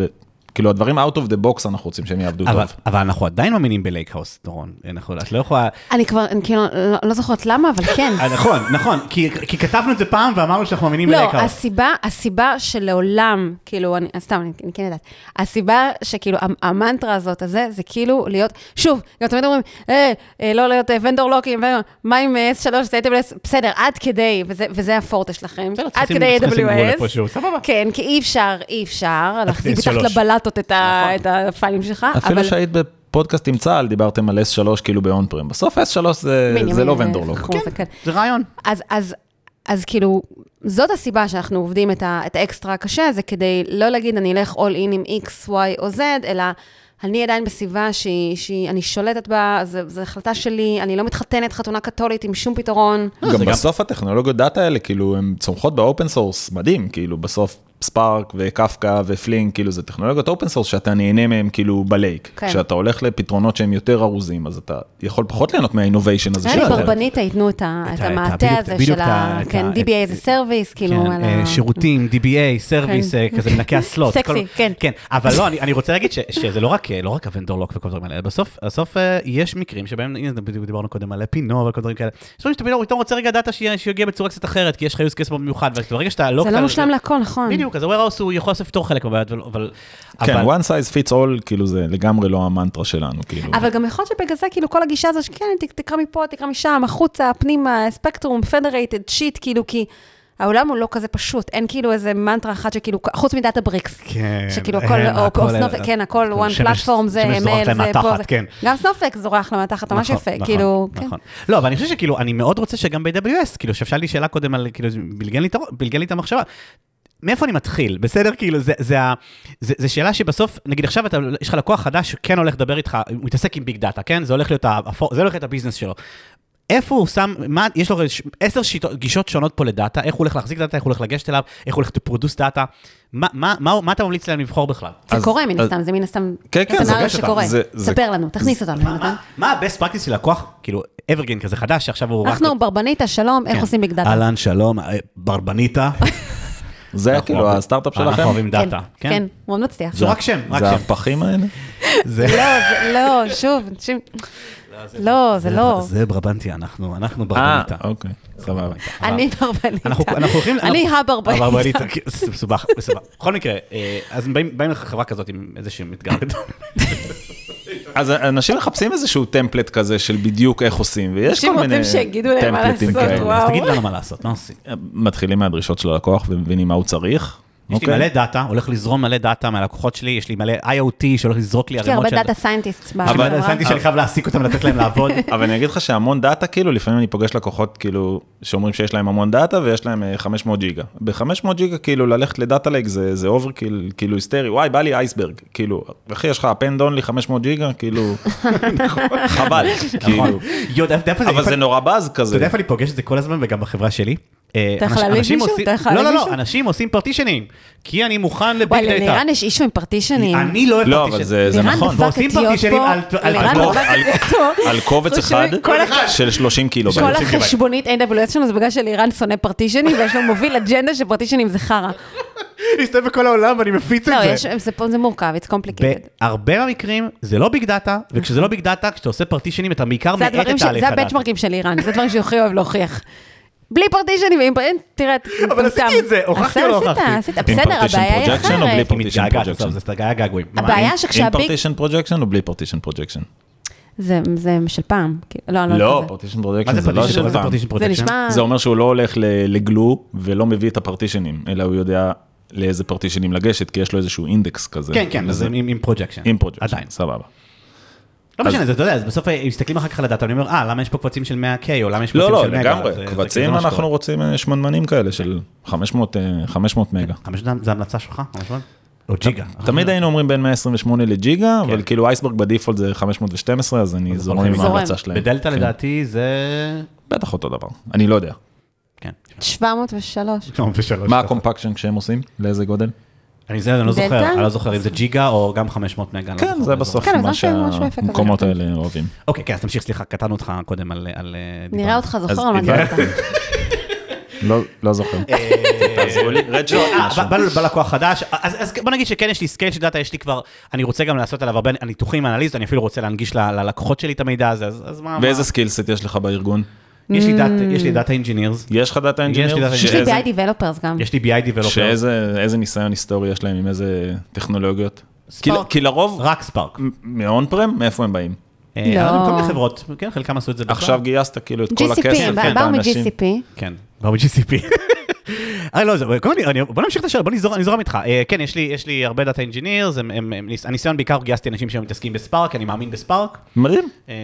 כאילו הדברים out of the box אנחנו רוצים שהם יעבדו
אבל-
טוב.
אבל אנחנו עדיין מאמינים בלייק האוס, דורון. אנחנו- את לא יכולה...
אני כבר, אני כאילו, לא- לא זוכרת למה, אבל כן.
אה, נכון, נכון, כי כי כתבנו את זה פעם ואמרנו שאנחנו מאמינים
לא,
בלייק האוס.
הסיבה, הסיבה שלעולם, כאילו, אני, אז סתם, אני, אני כן יודעת, הסיבה שכאילו, המ- המנטרה הזאת, הזה, זה כאילו להיות, שוב, גם תמיד אומרים, אה, אה, לא להיות אה, ונדור לוקים, ו- מה עם אה, S3, זה AWS, בסדר, עד כדי, וזה, וזה הפורטה שלכם, עד
צריכים-
כדי
צריך לשים גבול
AWS.
איפשהו, סבבה.
כן, כי אי אפשר, אי אפשר, להחזיק
S3.
מתחת לבלטות את ה-
נכון.
את הפיילים שלך,
אפילו
אבל
שהיית בפודקאסט עם צה"ל, דיברתם על S3 כאילו ב-on prem. בסוף S3 זה-
מינימום,
זה לא
אה,
ונדור לוק.
חכמות, כן.
זה רעיון.
אז, אז, אז כאילו, זאת הסיבה שאנחנו עובדים את, ה, את האקסטרה הקשה, זה כדי לא להגיד, אני אלך all in עם X, Y או Z, אלא אני עדיין בסביבה שהיא- שאני שולטת בה, זו, זו החלטה שלי, אני לא מתחתנת חתונה קתולית עם שום פתרון.
לא, זה
גם
גם-
בסוף הטכנולוגיות דאטה האלה, כאילו, הן צומחות באופן סורס, מדהים, כאילו, בסוף ספארק וקפקא ופלינק, כאילו, זה טכנולוגיות אופן סורס שאתה נהנה מהן, כאילו, בלייק.
כן.
כשאתה הולך לפתרונות שהם יותר ארוזים, אז אתה יכול פחות ליהנות מהאינוביישן הזה.
נראה לי
שאתה-
ברבנית ייתנו את, ה, את
ה- את ה-
המעטה
בדיוק-
הזה
בדיוק
של
את ה-
ה...
את
כן,
ה-
DBA זה סרוויס, כאילו,
כן,
על
אה,
ה...
שירותים, DBA, סרוויס,
כן.
אה, כזה מנקי הסלוט.
סקסי,
כל-
כן.
כן, אבל לא, אני אני רוצה להגיד ש- שזה לא רק, אה, לא רק הוונדורלוק וכל הדברים האלה, בסוף, בסוף אה, יש מקרים שבהם, הנה, בדיוק דיברנו קודם על פינו וכל דברים כאלה. יש דברים שאתה פתאום פתאום רוצה רגע דאטה שיהיה- שיגיע בצורה קצת אחרת, כי יש לך use case במיוחד, וברגע שאתה לא...
זה לא מושלם להכל, נכון.
בדיוק, אז ה-Warehouse הוא יכול לפתור חלק מהבעיות, אבל- אבל...
כן,
אבל-
one size fits all, כאילו, זה לגמרי לא המנטרה שלנו, כאילו.
אבל גם יכול להיות שבגלל זה, כאילו, כל הגישה הזו, שכן, ת- תקרא מפה, תקרא משם, החוצה, פנימה, ספקטרום, פדרייטד, שיט, כאילו, כי העולם הוא לא כזה פשוט, אין כאילו איזה מנטרה אחת שכאילו, חוץ מדאטה בריקס.
כן,
שכאילו
הם,
הכל, או-
הכל-
או סנופק, כן, הכל
הכל
one
שמש-
platform, זה
שמש זורחת
ML,
להם
זה פה,
מהתחת,
זה...
כן.
גם סנופק זורח למתחת, ממש
נכון,
יפה,
נכון,
כאילו, כן.
נכון. לא, אבל אני חושב שכאילו, אני מאוד רוצה שגם ב-AWS, כאילו, ששאל לי שאלה קודם על, כאילו, זה בלגן לי את הראש- בלגן לי את המחשבה. מאיפה אני מתחיל? בסדר? כאילו, זה, זה, ה- זה, זה שאלה שבסוף, נגיד עכשיו אתה, יש לך לקוח חדש שכן הולך לדבר איתך, הוא מתעסק עם ביג דאטה, כן? זה הולך להיות, ה- הפו- זה הולך להיות הביזנס שלו. איפה הוא שם, מה, יש לו ש- עשר שיטות, גישות שונות פה לדאטה, איך הוא הולך להחזיק דאטה, איך הוא הולך לגשת אליו, איך הוא הולך to produce דאטה, מה, מה, מה, מה אתה ממליץ להם לבחור בכלל?
זה
אז-
קורה מן
אז-
הסתם, זה מן הסתם,
כן, כן, זה
סצנריו
רגע שאתה-
שקורה.
זה- זה-
ספר לנו, תכניס אותנו, יונתן.
מה- מה ה-best practice של לקוח, כאילו, אברגן כזה חדש, שעכשיו הוא רק...
אנחנו ברבניתה, שלום, איך
כן.
עושים ביג דאטה?
אהלן, שלום, אה, ברבניתה.
זה
אנחנו
כאילו
אוהבים-
הסטארט-אפ
אנחנו
שלכם.
אוהבים
כן,
דאטה.
כן, מאוד מצליח.
זה רק שם, רק
זה
שם.
הפחים האלה?
זה-
לא, זה- לא, שוב, אנשים... לא, זה לא.
זה ברבנטיה, אנחנו אנחנו
אה,
ברבניתה.
אוקיי, סבבה.
אני ברבניתה.
אנחנו אנחנו הולכים...
אני הברבניתה.
הברבניתה, כן, מסובך, מסובך. בכל מקרה, אה, אז באים באים לך חברה כזאת עם איזשהו אתגר.
אז אנשים מחפשים איזשהו טמפלט כזה של בדיוק איך עושים, ויש
אנשים
כל מיני
רוצים שיגידו להם מה
טמפלטים
לעשות,
כאלה.
וואו.
אוקיי, אז תגיד לנו מה לעשות, מה עושים?
אוקיי. מתחילים מהדרישות של הלקוח ומבינים מה הוא צריך.
יש לי
אוקיי?
מלא דאטה, הולך לזרום מלא דאטה מהלקוחות שלי, יש לי מלא IoT שהולך לזרוק לי
יש לי
ערימות
הרבה אה?
של...
דאטה סיינטיסט
אבל
אבל-
הבנתי שאני חייב להעסיק אותם, לתת להם לעבוד.
אבל אני אגיד לך שהמון דאטה, כאילו, לפעמים אני פוגש לקוחות, כאילו, שאומרים שיש להם המון דאטה ויש להם אה, 500 ג'יגה. ב-500 ג'יגה, כאילו, ללכת לדאטה לייק זה, זה אוברקיל, כאילו, היסטרי, וואי, בא לי אייסברג. כאילו, אחי, יש לך פן לי 500 ג'יגה, כאילו, חבל, כאילו.
נכון. יודע איפה
אבל זה נורא באז
אתה יודע
כזה.
איפה אני פוגש את זה כל הזמן וגם בחברה שלי? אה,
אתה יכול להעליב מישהו? אתה יכול
לא,
להעליב
לא, לא,
מישהו?
אנשים עושים פרטישנים, כי אני מוכן
וואי,
לביג דאטה.
ללירן יש אישו עם פרטישנים.
אני לא אוהב
לא, אבל זה זה
לירן
נכון.
דפק
ועושים
את יו"ד
פרטישנים
פה,
על- על-
לירן
על-
דפק
על-
את יו"ד.
על קובץ
הוא
אחד
שומע- כל אחד-
של 30 קילו.
כל החשבונית AWS שלנו זה בגלל שלירן שונא פרטישנים, ויש לו מוביל אג'נדה שפרטישנים זה חרא.
מסתובב בכל העולם ואני מפיץ את
לא,
זה.
יש- כן, זה פה- זה מורכב, it's complicated.
בהרבה מהמקרים זה לא ביג דאטה, וכשזה לא ביג דאטה, כשאתה עושה פרטישנים אתה בעיקר
נכון. זה
מאט את
הדברים, ש-
תהליך
זה
הדאטה.
הבנצ'מרקים של לירן, זה דברים שהוא הכי אוהב להוכיח. בלי פרטישנים, ועם פרטישנים, תראה,
אבל עשיתי
מטומטם.
את זה, הוכחתי
עשית,
או לא הוכחתי?
עשית, בסדר,
partition
הבעיה היא
projection או לא בלי
אחרת.
כי מתגעגעת, עזוב, זה סגה הגעגועים.
אה. הבעיה
אני-
עם
שכשהביג...
פרטישן פרוג'קשן או בלי פרטישן פרוג'קשן?
זה זה של פעם, כאילו, לא, אני לא
לא,
יודעת את
פרטישן
מה
פרוג'קשן
זה
זה לא
פרטישן?
של
מה זה
פעם.
partition
זה. זה
protection?
נשמע...
זה אומר שהוא לא הולך ל- לגלו ולא מביא את הפרטישנים, אלא הוא יודע לאיזה פרטישנים לגשת, כי יש לו איזשהו אינדקס כזה.
כן, כן, אז
וזה-
עם- עם עם פרוג'קשן.
עם פרוג'קשן,
עדיין.
סבבה.
לא
אז-
משנה, זה, אתה יודע, אז בסוף אה, מסתכלים אחר כך על הדאטה, אני אומר, אה, למה יש פה קבצים של 100K, או למה יש
לא,
קבצים
לא,
של מגה?
לגמרי,
זה- זה כאילו
קבצים
מה שקורה.
אנחנו רוצים אה, שמנמנים כאלה של 500 אה, 500 מגה.
חמש דקות זה המלצה שלך? ממש לא? או ג'יגה.
תמיד היינו אומרים בין 128 לג'יגה,
כן.
אבל כאילו אייסברג בדיפולט זה 512, אז אני זורם עם
זורם.
ההמלצה שלהם.
בדלתא
כן.
לדעתי זה...
בטח אותו דבר, אני לא יודע.
כן.
703.
מה הקומפקשן כשהם עושים? לאיזה גודל?
אני זה, אני לא זוכר,
דלתא?
אני לא זוכר אם זה ג'יגה או גם 500 מגה. אני לא
כן,
זוכר,
זה
אני לא
בסוף
זוכר.
כן, אבל
מה
זה משהו יפה כזה.
שהמקומות האלה אוהבים.
אוקיי, כן, אז תמשיך, סליחה, קטענו אותך קודם על... על-
נראה
דיברנו.
אותך
אז
זוכר על מה
הבנתי.
דיברת.
לא- לא זוכר.
תעזרו לי, רד שורט
אה,
משהו.
בא- בא- בא לקוח חדש, אז אז בוא נגיד שכן יש לי סקייל של דאטה, יש לי כבר, אני רוצה גם לעשות עליו הרבה ניתוחים, אנליזות, אני אפילו רוצה להנגיש ל- ללקוחות שלי את המידע הזה, אז אז מה...
ואיזה
מה-
סקילסט יש לך בארגון?
יש לי דאטה- יש לי דאטה אינג'ינירס,
יש לך דאטה
יש לי
אינג'יניר?
data
יש לי BI Developers גם.
יש לי BI Developer,
שאיזה איזה ניסיון היסטורי יש להם עם איזה טכנולוגיות? כי-
Spark.
כי לרוב, לא.
רק ספארק.
מהון פרם, מאיפה הם באים?
אה,
לא.
כל מיני חברות, כן, חלקם עשו את זה בכלל.
עכשיו גייסת כאילו את כל הכסף.
GCP,
כן,
הם בא- באו
באנשים.
מ-GCP.
כן, באו ב-GCP. אה, לא, זה, קודם כל, אני- בוא נמשיך את השאלה, בוא נזרום- אני זורם איתך. אה, כן, יש לי- יש לי הרבה דאטה אינג'ינירס, הניסיון בעיקר גייסתי אנשים שמתעסקים בספארק, אני מאמין בספארק.
מדהים.
אה,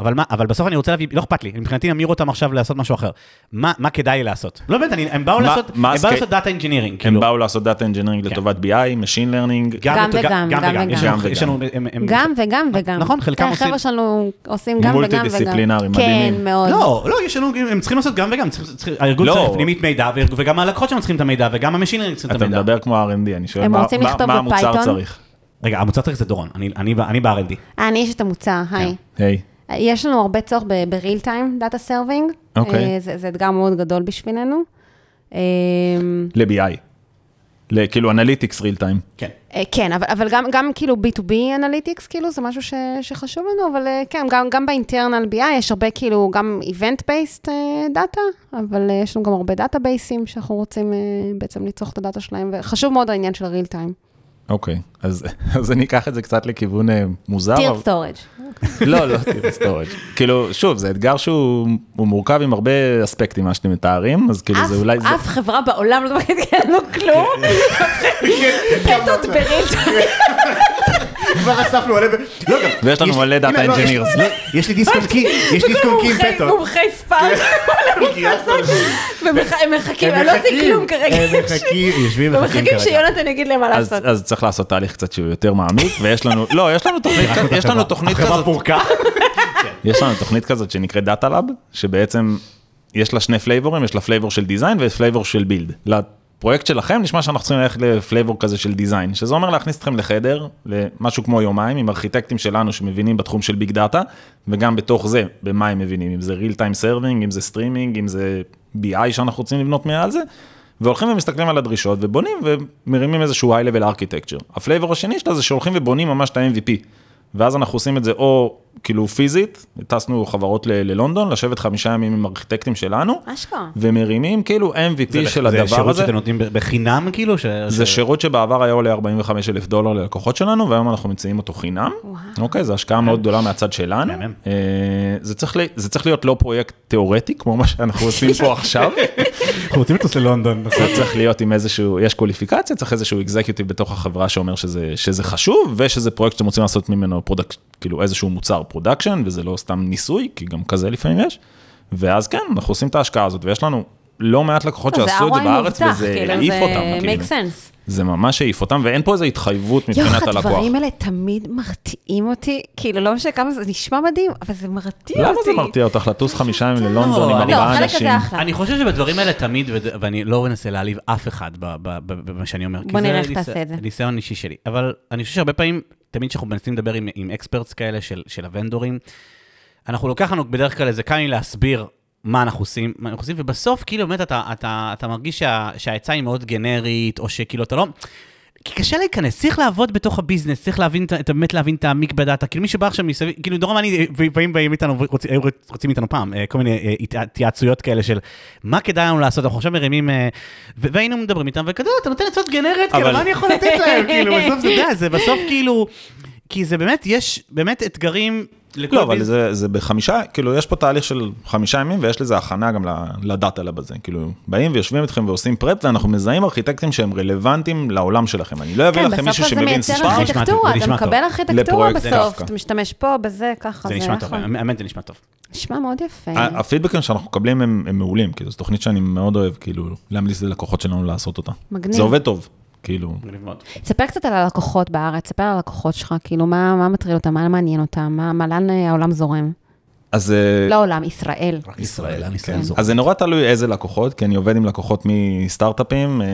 אבל מה, אבל בסוף אני רוצה להביא, לא אכפת לי, מבחינתי אמיר אותם עכשיו לעשות משהו אחר. מה מה כדאי לי לעשות? לא באמת, אני- הם באו
מה-
לעשות, הם
מה
באו
הסקי- כן.
לעשות דאטה אינג'ינירינג,
הם
כאילו.
באו לעשות דאטה אינג'ינרינג לטובת BI, Machine Learning.
גם
אותו-
וגם, גם וגם.
יש לנו-
גם
יש לנו,
וגם.
הם- הם-
גם וגם
אה,
וגם. כן,
נכון, חלקם עושים-
החבר'ה שלנו עושים גם וגם וגם.
מולטי-דיסציפלינרי, מדהימים.
כן, מאוד.
לא, לא, יש לנו, הם צריכים לעשות גם וגם, צריכים- צריכים- הארגון
לא.
צריך פנימית מידע, והארג- וגם הלקוחות שלנו צריכים את המידע, וגם המשינרים צריכים את
אתה
המידע.
מדבר כמו R&D, אני שואל
הם
מה-
רוצים
מה-
לכתוב
מה המוצר
בפייתון?
צריך.
רגע, המוצר צריך זה דורון, אני- אני ב- אני ב-R&D.
אה, אני יש את המוצע, היי.
היי,
יש לנו הרבה צורך בריל טיים דאטה סרווינג.
אוקיי.
אה, זה אתגר מאוד גדול בשבילנו. אה,
ל-BI. ל- כאילו אנליטיקס real time.
כן.
אה, כן, אבל, אבל גם, גם כאילו B2B אנליטיקס, כאילו זה משהו ש, שחשוב לנו, אבל אה, כן, גם, גם באינטרנל BI יש הרבה כאילו, גם event based דאטה, אבל אה, יש לנו גם הרבה דאטה בייסים שאנחנו רוצים אה, בעצם לצרוך את הדאטה שלהם, וחשוב מאוד העניין של הריל טיים.
אוקיי, אז אז אני אקח את זה קצת לכיוון אה, מוזר.
טיר
אבל-
סטורג'.
לא, לא, תראו, סטורג'. כאילו, שוב, זה אתגר שהוא הוא מורכב עם הרבה אספקטים, מה שאתם מתארים, אז כאילו זה אולי... זה- כן,
אף חברה בעולם לא תגיד לנו כלום, פטות בריל טיים.
כבר אספנו עליהם. לא, גם-
ויש לנו
יש-
מלא דאטה
הנה, לא, יש-
engineers.
לא, יש לי דיסק און קי, יש דיסק און קי עם
מומחי-
פטות.
מומחי ספארק,
כן.
והם מחכים, הם כאילו, לא עושים כלום כרגע.
הם מחכים, יושבים
הם
ומחכים
מחכים
כרגע.
שיונתן יגיד להם מה
אז,
לעשות.
אז צריך לעשות תהליך קצת שהוא יותר מעמיק, ויש לנו, לא, יש לנו תוכנית, כזאת- יש לנו תוכנית
החברה
כזאת,
פורקה.
יש לנו תוכנית כזאת שנקראת דאטה לאב, שבעצם יש לה שני פלייבורים, יש לה פלייבור של דיזיין ופלייבור של בילד. לפרויקט שלכם נשמע שאנחנו צריכים ללכת לפלייבור כזה של דיזיין, שזה אומר להכניס אתכם לחדר, למשהו כמו יומיים, עם ארכיטקטים שלנו שמבינים בתחום של ביג דאטה, וגם בתוך זה, במה הם מבינים, אם זה real time serving, אם זה סטרימינג, אם זה BI שאנחנו רוצים לבנות מעל זה. והולכים ומסתכלים על הדרישות ובונים ומרימים איזשהו high level architecture. הפלייבור השני שלה זה שהולכים ובונים ממש את ה-MVP. ואז אנחנו עושים את זה או כאילו פיזית, טסנו חברות ל- ללונדון, לשבת חמישה ימים עם ארכיטקטים שלנו,
אשכרה.
ומרימים כאילו MVP של הדבר הזה.
זה שירות שאתם נותנים ב- בחינם כאילו? ש-
זה
ש-
שירות שבעבר היה עולה 45 אלף דולר ללקוחות שלנו, והיום אנחנו מציעים אותו חינם. אוקיי, זו השקעה מאוד גדולה מהצד שלנו.
מהמם.
אה, זה צריך ל- זה צריך להיות לא פרויקט תיאורטי, כמו מה שאנחנו עושים פה עכשיו.
אנחנו רוצים לטוס ללונדון.
זה צריך להיות עם איזשהו, יש קוליפיקציה, צריך איזשהו אקזקיוטיב בתוך החברה שאומר שזה, שזה חשוב, ושזה פרויקט שאתם רוצים לעשות ממנו פרודקט, כאילו איזשהו מוצר פרודקשן, וזה לא סתם ניסוי, כי גם כזה לפעמים יש. ואז כן, אנחנו עושים את ההשקעה הזאת, ויש לנו לא מעט לקוחות שעשו את זה בארץ, וזה העיף אותם. כאילו.
make sense.
זה ממש העיף אותם, ואין פה איזו התחייבות
יוח,
מבחינת הלקוח.
הדברים האלה תמיד מרתיעים אותי, כאילו, לא משנה כמה זה זה נשמע מדהים, אבל זה מרתיע אותי.
למה זה מרתיע אותך לטוס חמישה ימים ללונדון עם
לא,
לא,
ארבעה
החלק
אנשים?
הזה אחלה.
אני חושב שבדברים האלה תמיד, וד- ואני לא מנסה להעליב אף אחד ב- ב- ב- במה שאני אומר. כי
בוא
זה
נראה איך
ניס-
תעשה את זה.
ניסיון אישי שלי. אבל אני חושב שהרבה פעמים, תמיד כשאנחנו מנסים לדבר עם- עם אקספרטס כאלה של של הוונדורים, אנחנו לוקח לנו בדרך כלל איזה כמה ימים להסביר מה אנחנו עושים, מה אנחנו עושים, ובסוף כאילו באמת אתה, אתה, אתה מרגיש שה, שהעצה היא מאוד גנרית, או שכאילו אתה לא... כי קשה להיכנס, צריך לעבוד בתוך הביזנס, צריך להבין, את ה- את- באמת להבין את העמיק בדאטה. כאילו מי שבא עכשיו מסביב, כאילו דורון ואני, לפעמים באים איתנו, רוצים, היו רוצים איתנו פעם, אה, כל מיני אה, הת- התייעצויות כאלה של מה כדאי לנו לעשות, אנחנו עכשיו מרימים, אה, ו- והיינו מדברים איתם, וכזה, "אה, אתה נותן עצות גנרית, כאילו,
אבל-
מה אני יכול לתת להם? כאילו, בסוף זה, אתה יודע, זה בסוף כאילו, כי זה באמת, יש באמת אתגרים לכל
לא, אבל
ביזנס.
זה, זה בחמישה, כאילו, יש פה תהליך של חמישה ימים, ויש לזה הכנה גם ל- לדאטה לב הזה. כאילו, באים ויושבים איתכם ועושים פרפ, ואנחנו מזהים ארכיטקטים שהם רלוונטיים לעולם שלכם. אני לא אביא
כן,
לכם
בסוף
מישהו
זה
שמבין
מייצר
ספארק.
ספארק.
נשמע טוב,
ארכיטקטורה,
זה
אתה
נשמע טוב.
מקבל ארכיטקטורה
לפרויקט זה
בסוף,
דווקא.
אתה משתמש פה, בזה, ככה,
זה נשמע
אחלה.
טוב, האמת זה נשמע טוב.
נשמע מאוד יפה.
ה- הפידבקים שאנחנו מקבלים הם, הם מעולים, כאילו, זו תוכנית שאני מאוד אוהב, כאילו, להמליץ ללקוחות שלנו לעשות אותה.
מגניב.
זה עובד טוב, כאילו.
מגניב מאוד.
ספר קצת על הלקוחות בארץ, ספר על הלקוחות שלך, כאילו, מה מה מטריד אותם, מה מעניין אותם, מה- מה לאן אה, העולם זורם?
אז... אה,
לא העולם, ישראל.
ישראל, אני אסיים
אז זה נורא תלוי איזה לקוחות, כי אני עובד עם לקוחות מסטארט-אפים אה,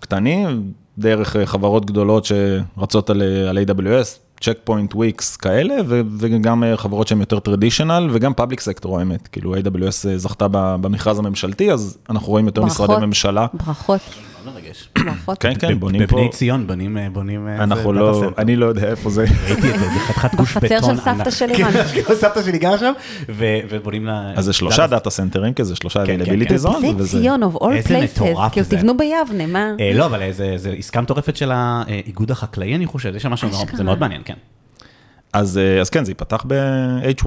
קטנים, דרך אה, חברות גדולות שרצות על, אה, על AWS, צ'ק פוינט וויקס כאלה, ו- וגם אה, חברות שהן יותר טרדישיונל, וגם פאבליק סקטור האמת, כאילו AWS אה, זכתה ב- במכרז הממשלתי, אז אנחנו רואים יותר משרדי ממשלה.
ברכות,
לא מרגש.
ברכות.
כן, כן, בונים פה,
בבני ציון בונים, אה, בונים... אה,
אנחנו
זה
לא,
דאטה סנטר.
אני לא יודע איפה זה.
ראיתי את זה, זה חתיכת גוש בטון
בחצר
ענק.
של סבתא של
כן,
אימאן.
כאילו, סבתא שלי גרה שם, ו- ובונים לה...
אז זה שלושה דאטה סנטרים כזה, שלושה
כן, כן,
availability
כן.
zone,
בני
וזה-
ציון, of all
איזה
places,
מטורף
כאילו
זה.
תבנו ביבנה, מה?
אה, לא, אבל אה, זה זה עסקה מטורפת של האיגוד החקלאי, אני חושב, יש שם משהו, נורא-
אשכרה.
זה מאוד מעניין, כן.
אז אה, אז כן, זה ייפתח אה, ב-H1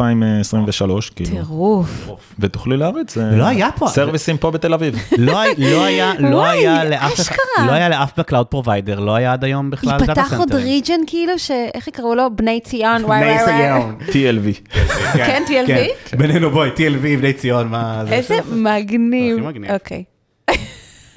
2023, כאילו,
טירוף.
ותוכלי להריץ. אה,
לא היה פה.
סרוויסים פה בתל אביב.
לא הי- לא היה, לא
וואי,
היה לאף אחד,
אשכרה.
לא היה לאף בקלאוד פרוביידר, לא היה עד היום בכלל דאטה
ייפתח עוד
סנטרים.
ריג'ן כאילו, ש- איך יקראו לו? בני ציון, וואי
בני
וואי וואי.
ציון.
TLV.
כן, TLV?
כן. בינינו בואי, TLV, בני ציון, מה זה?
איזה מגניב.
הכי מגניב.
אוקיי.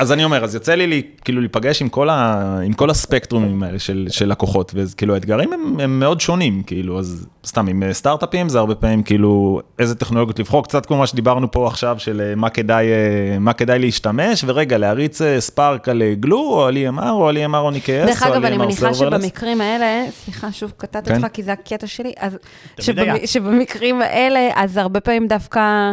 אז אני אומר, אז יוצא לי לי כאילו להיפגש עם כל, ה, עם כל הספקטרומים האלה של, של לקוחות, וכאילו האתגרים הם, הם מאוד שונים, כאילו, אז סתם עם אה, סטארט-אפים זה הרבה פעמים כאילו איזה טכנולוגיות לבחור, קצת כמו מה שדיברנו פה עכשיו של אה, מה כדאי, אה, מה כדאי להשתמש, ורגע להריץ אה, ספארק על אה, גלו או על EMR או על EMR או NKS
דרך
או על
אגב, אני
EMR
מניחה
serverless.
שבמקרים האלה, סליחה, שוב קטעתי אותך,
כן.
כי זה הקטע שלי, אז
תמיד
שבמ-
היה.
שבמקרים האלה, אז הרבה פעמים דווקא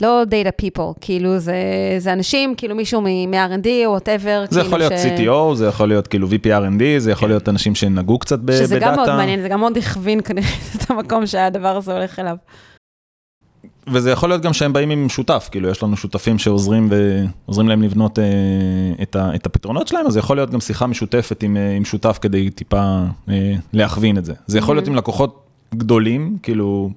לא data people, כאילו זה זה אנשים, כאילו מישהו מ- מ-R&D או כאילו, וואטאבר,
זה יכול להיות CTO, זה יכול להיות כאילו VPRND, זה יכול להיות אנשים שנגעו קצת ב- בדאטה.
כן. שזה גם מאוד מעניין, זה גם מאוד הכווין כנראה את המקום שהדבר הזה הולך אליו.
וזה יכול להיות גם שהם באים עם שותף, כאילו יש לנו שותפים שעוזרים ועוזרים להם לבנות אה, את, ה, את הפתרונות שלהם, אז זה יכול להיות גם שיחה משותפת עם, אה, עם שותף כדי טיפה אה, להכווין את זה. זה יכול
Mm-hmm.
להיות עם לקוחות גדולים, כאילו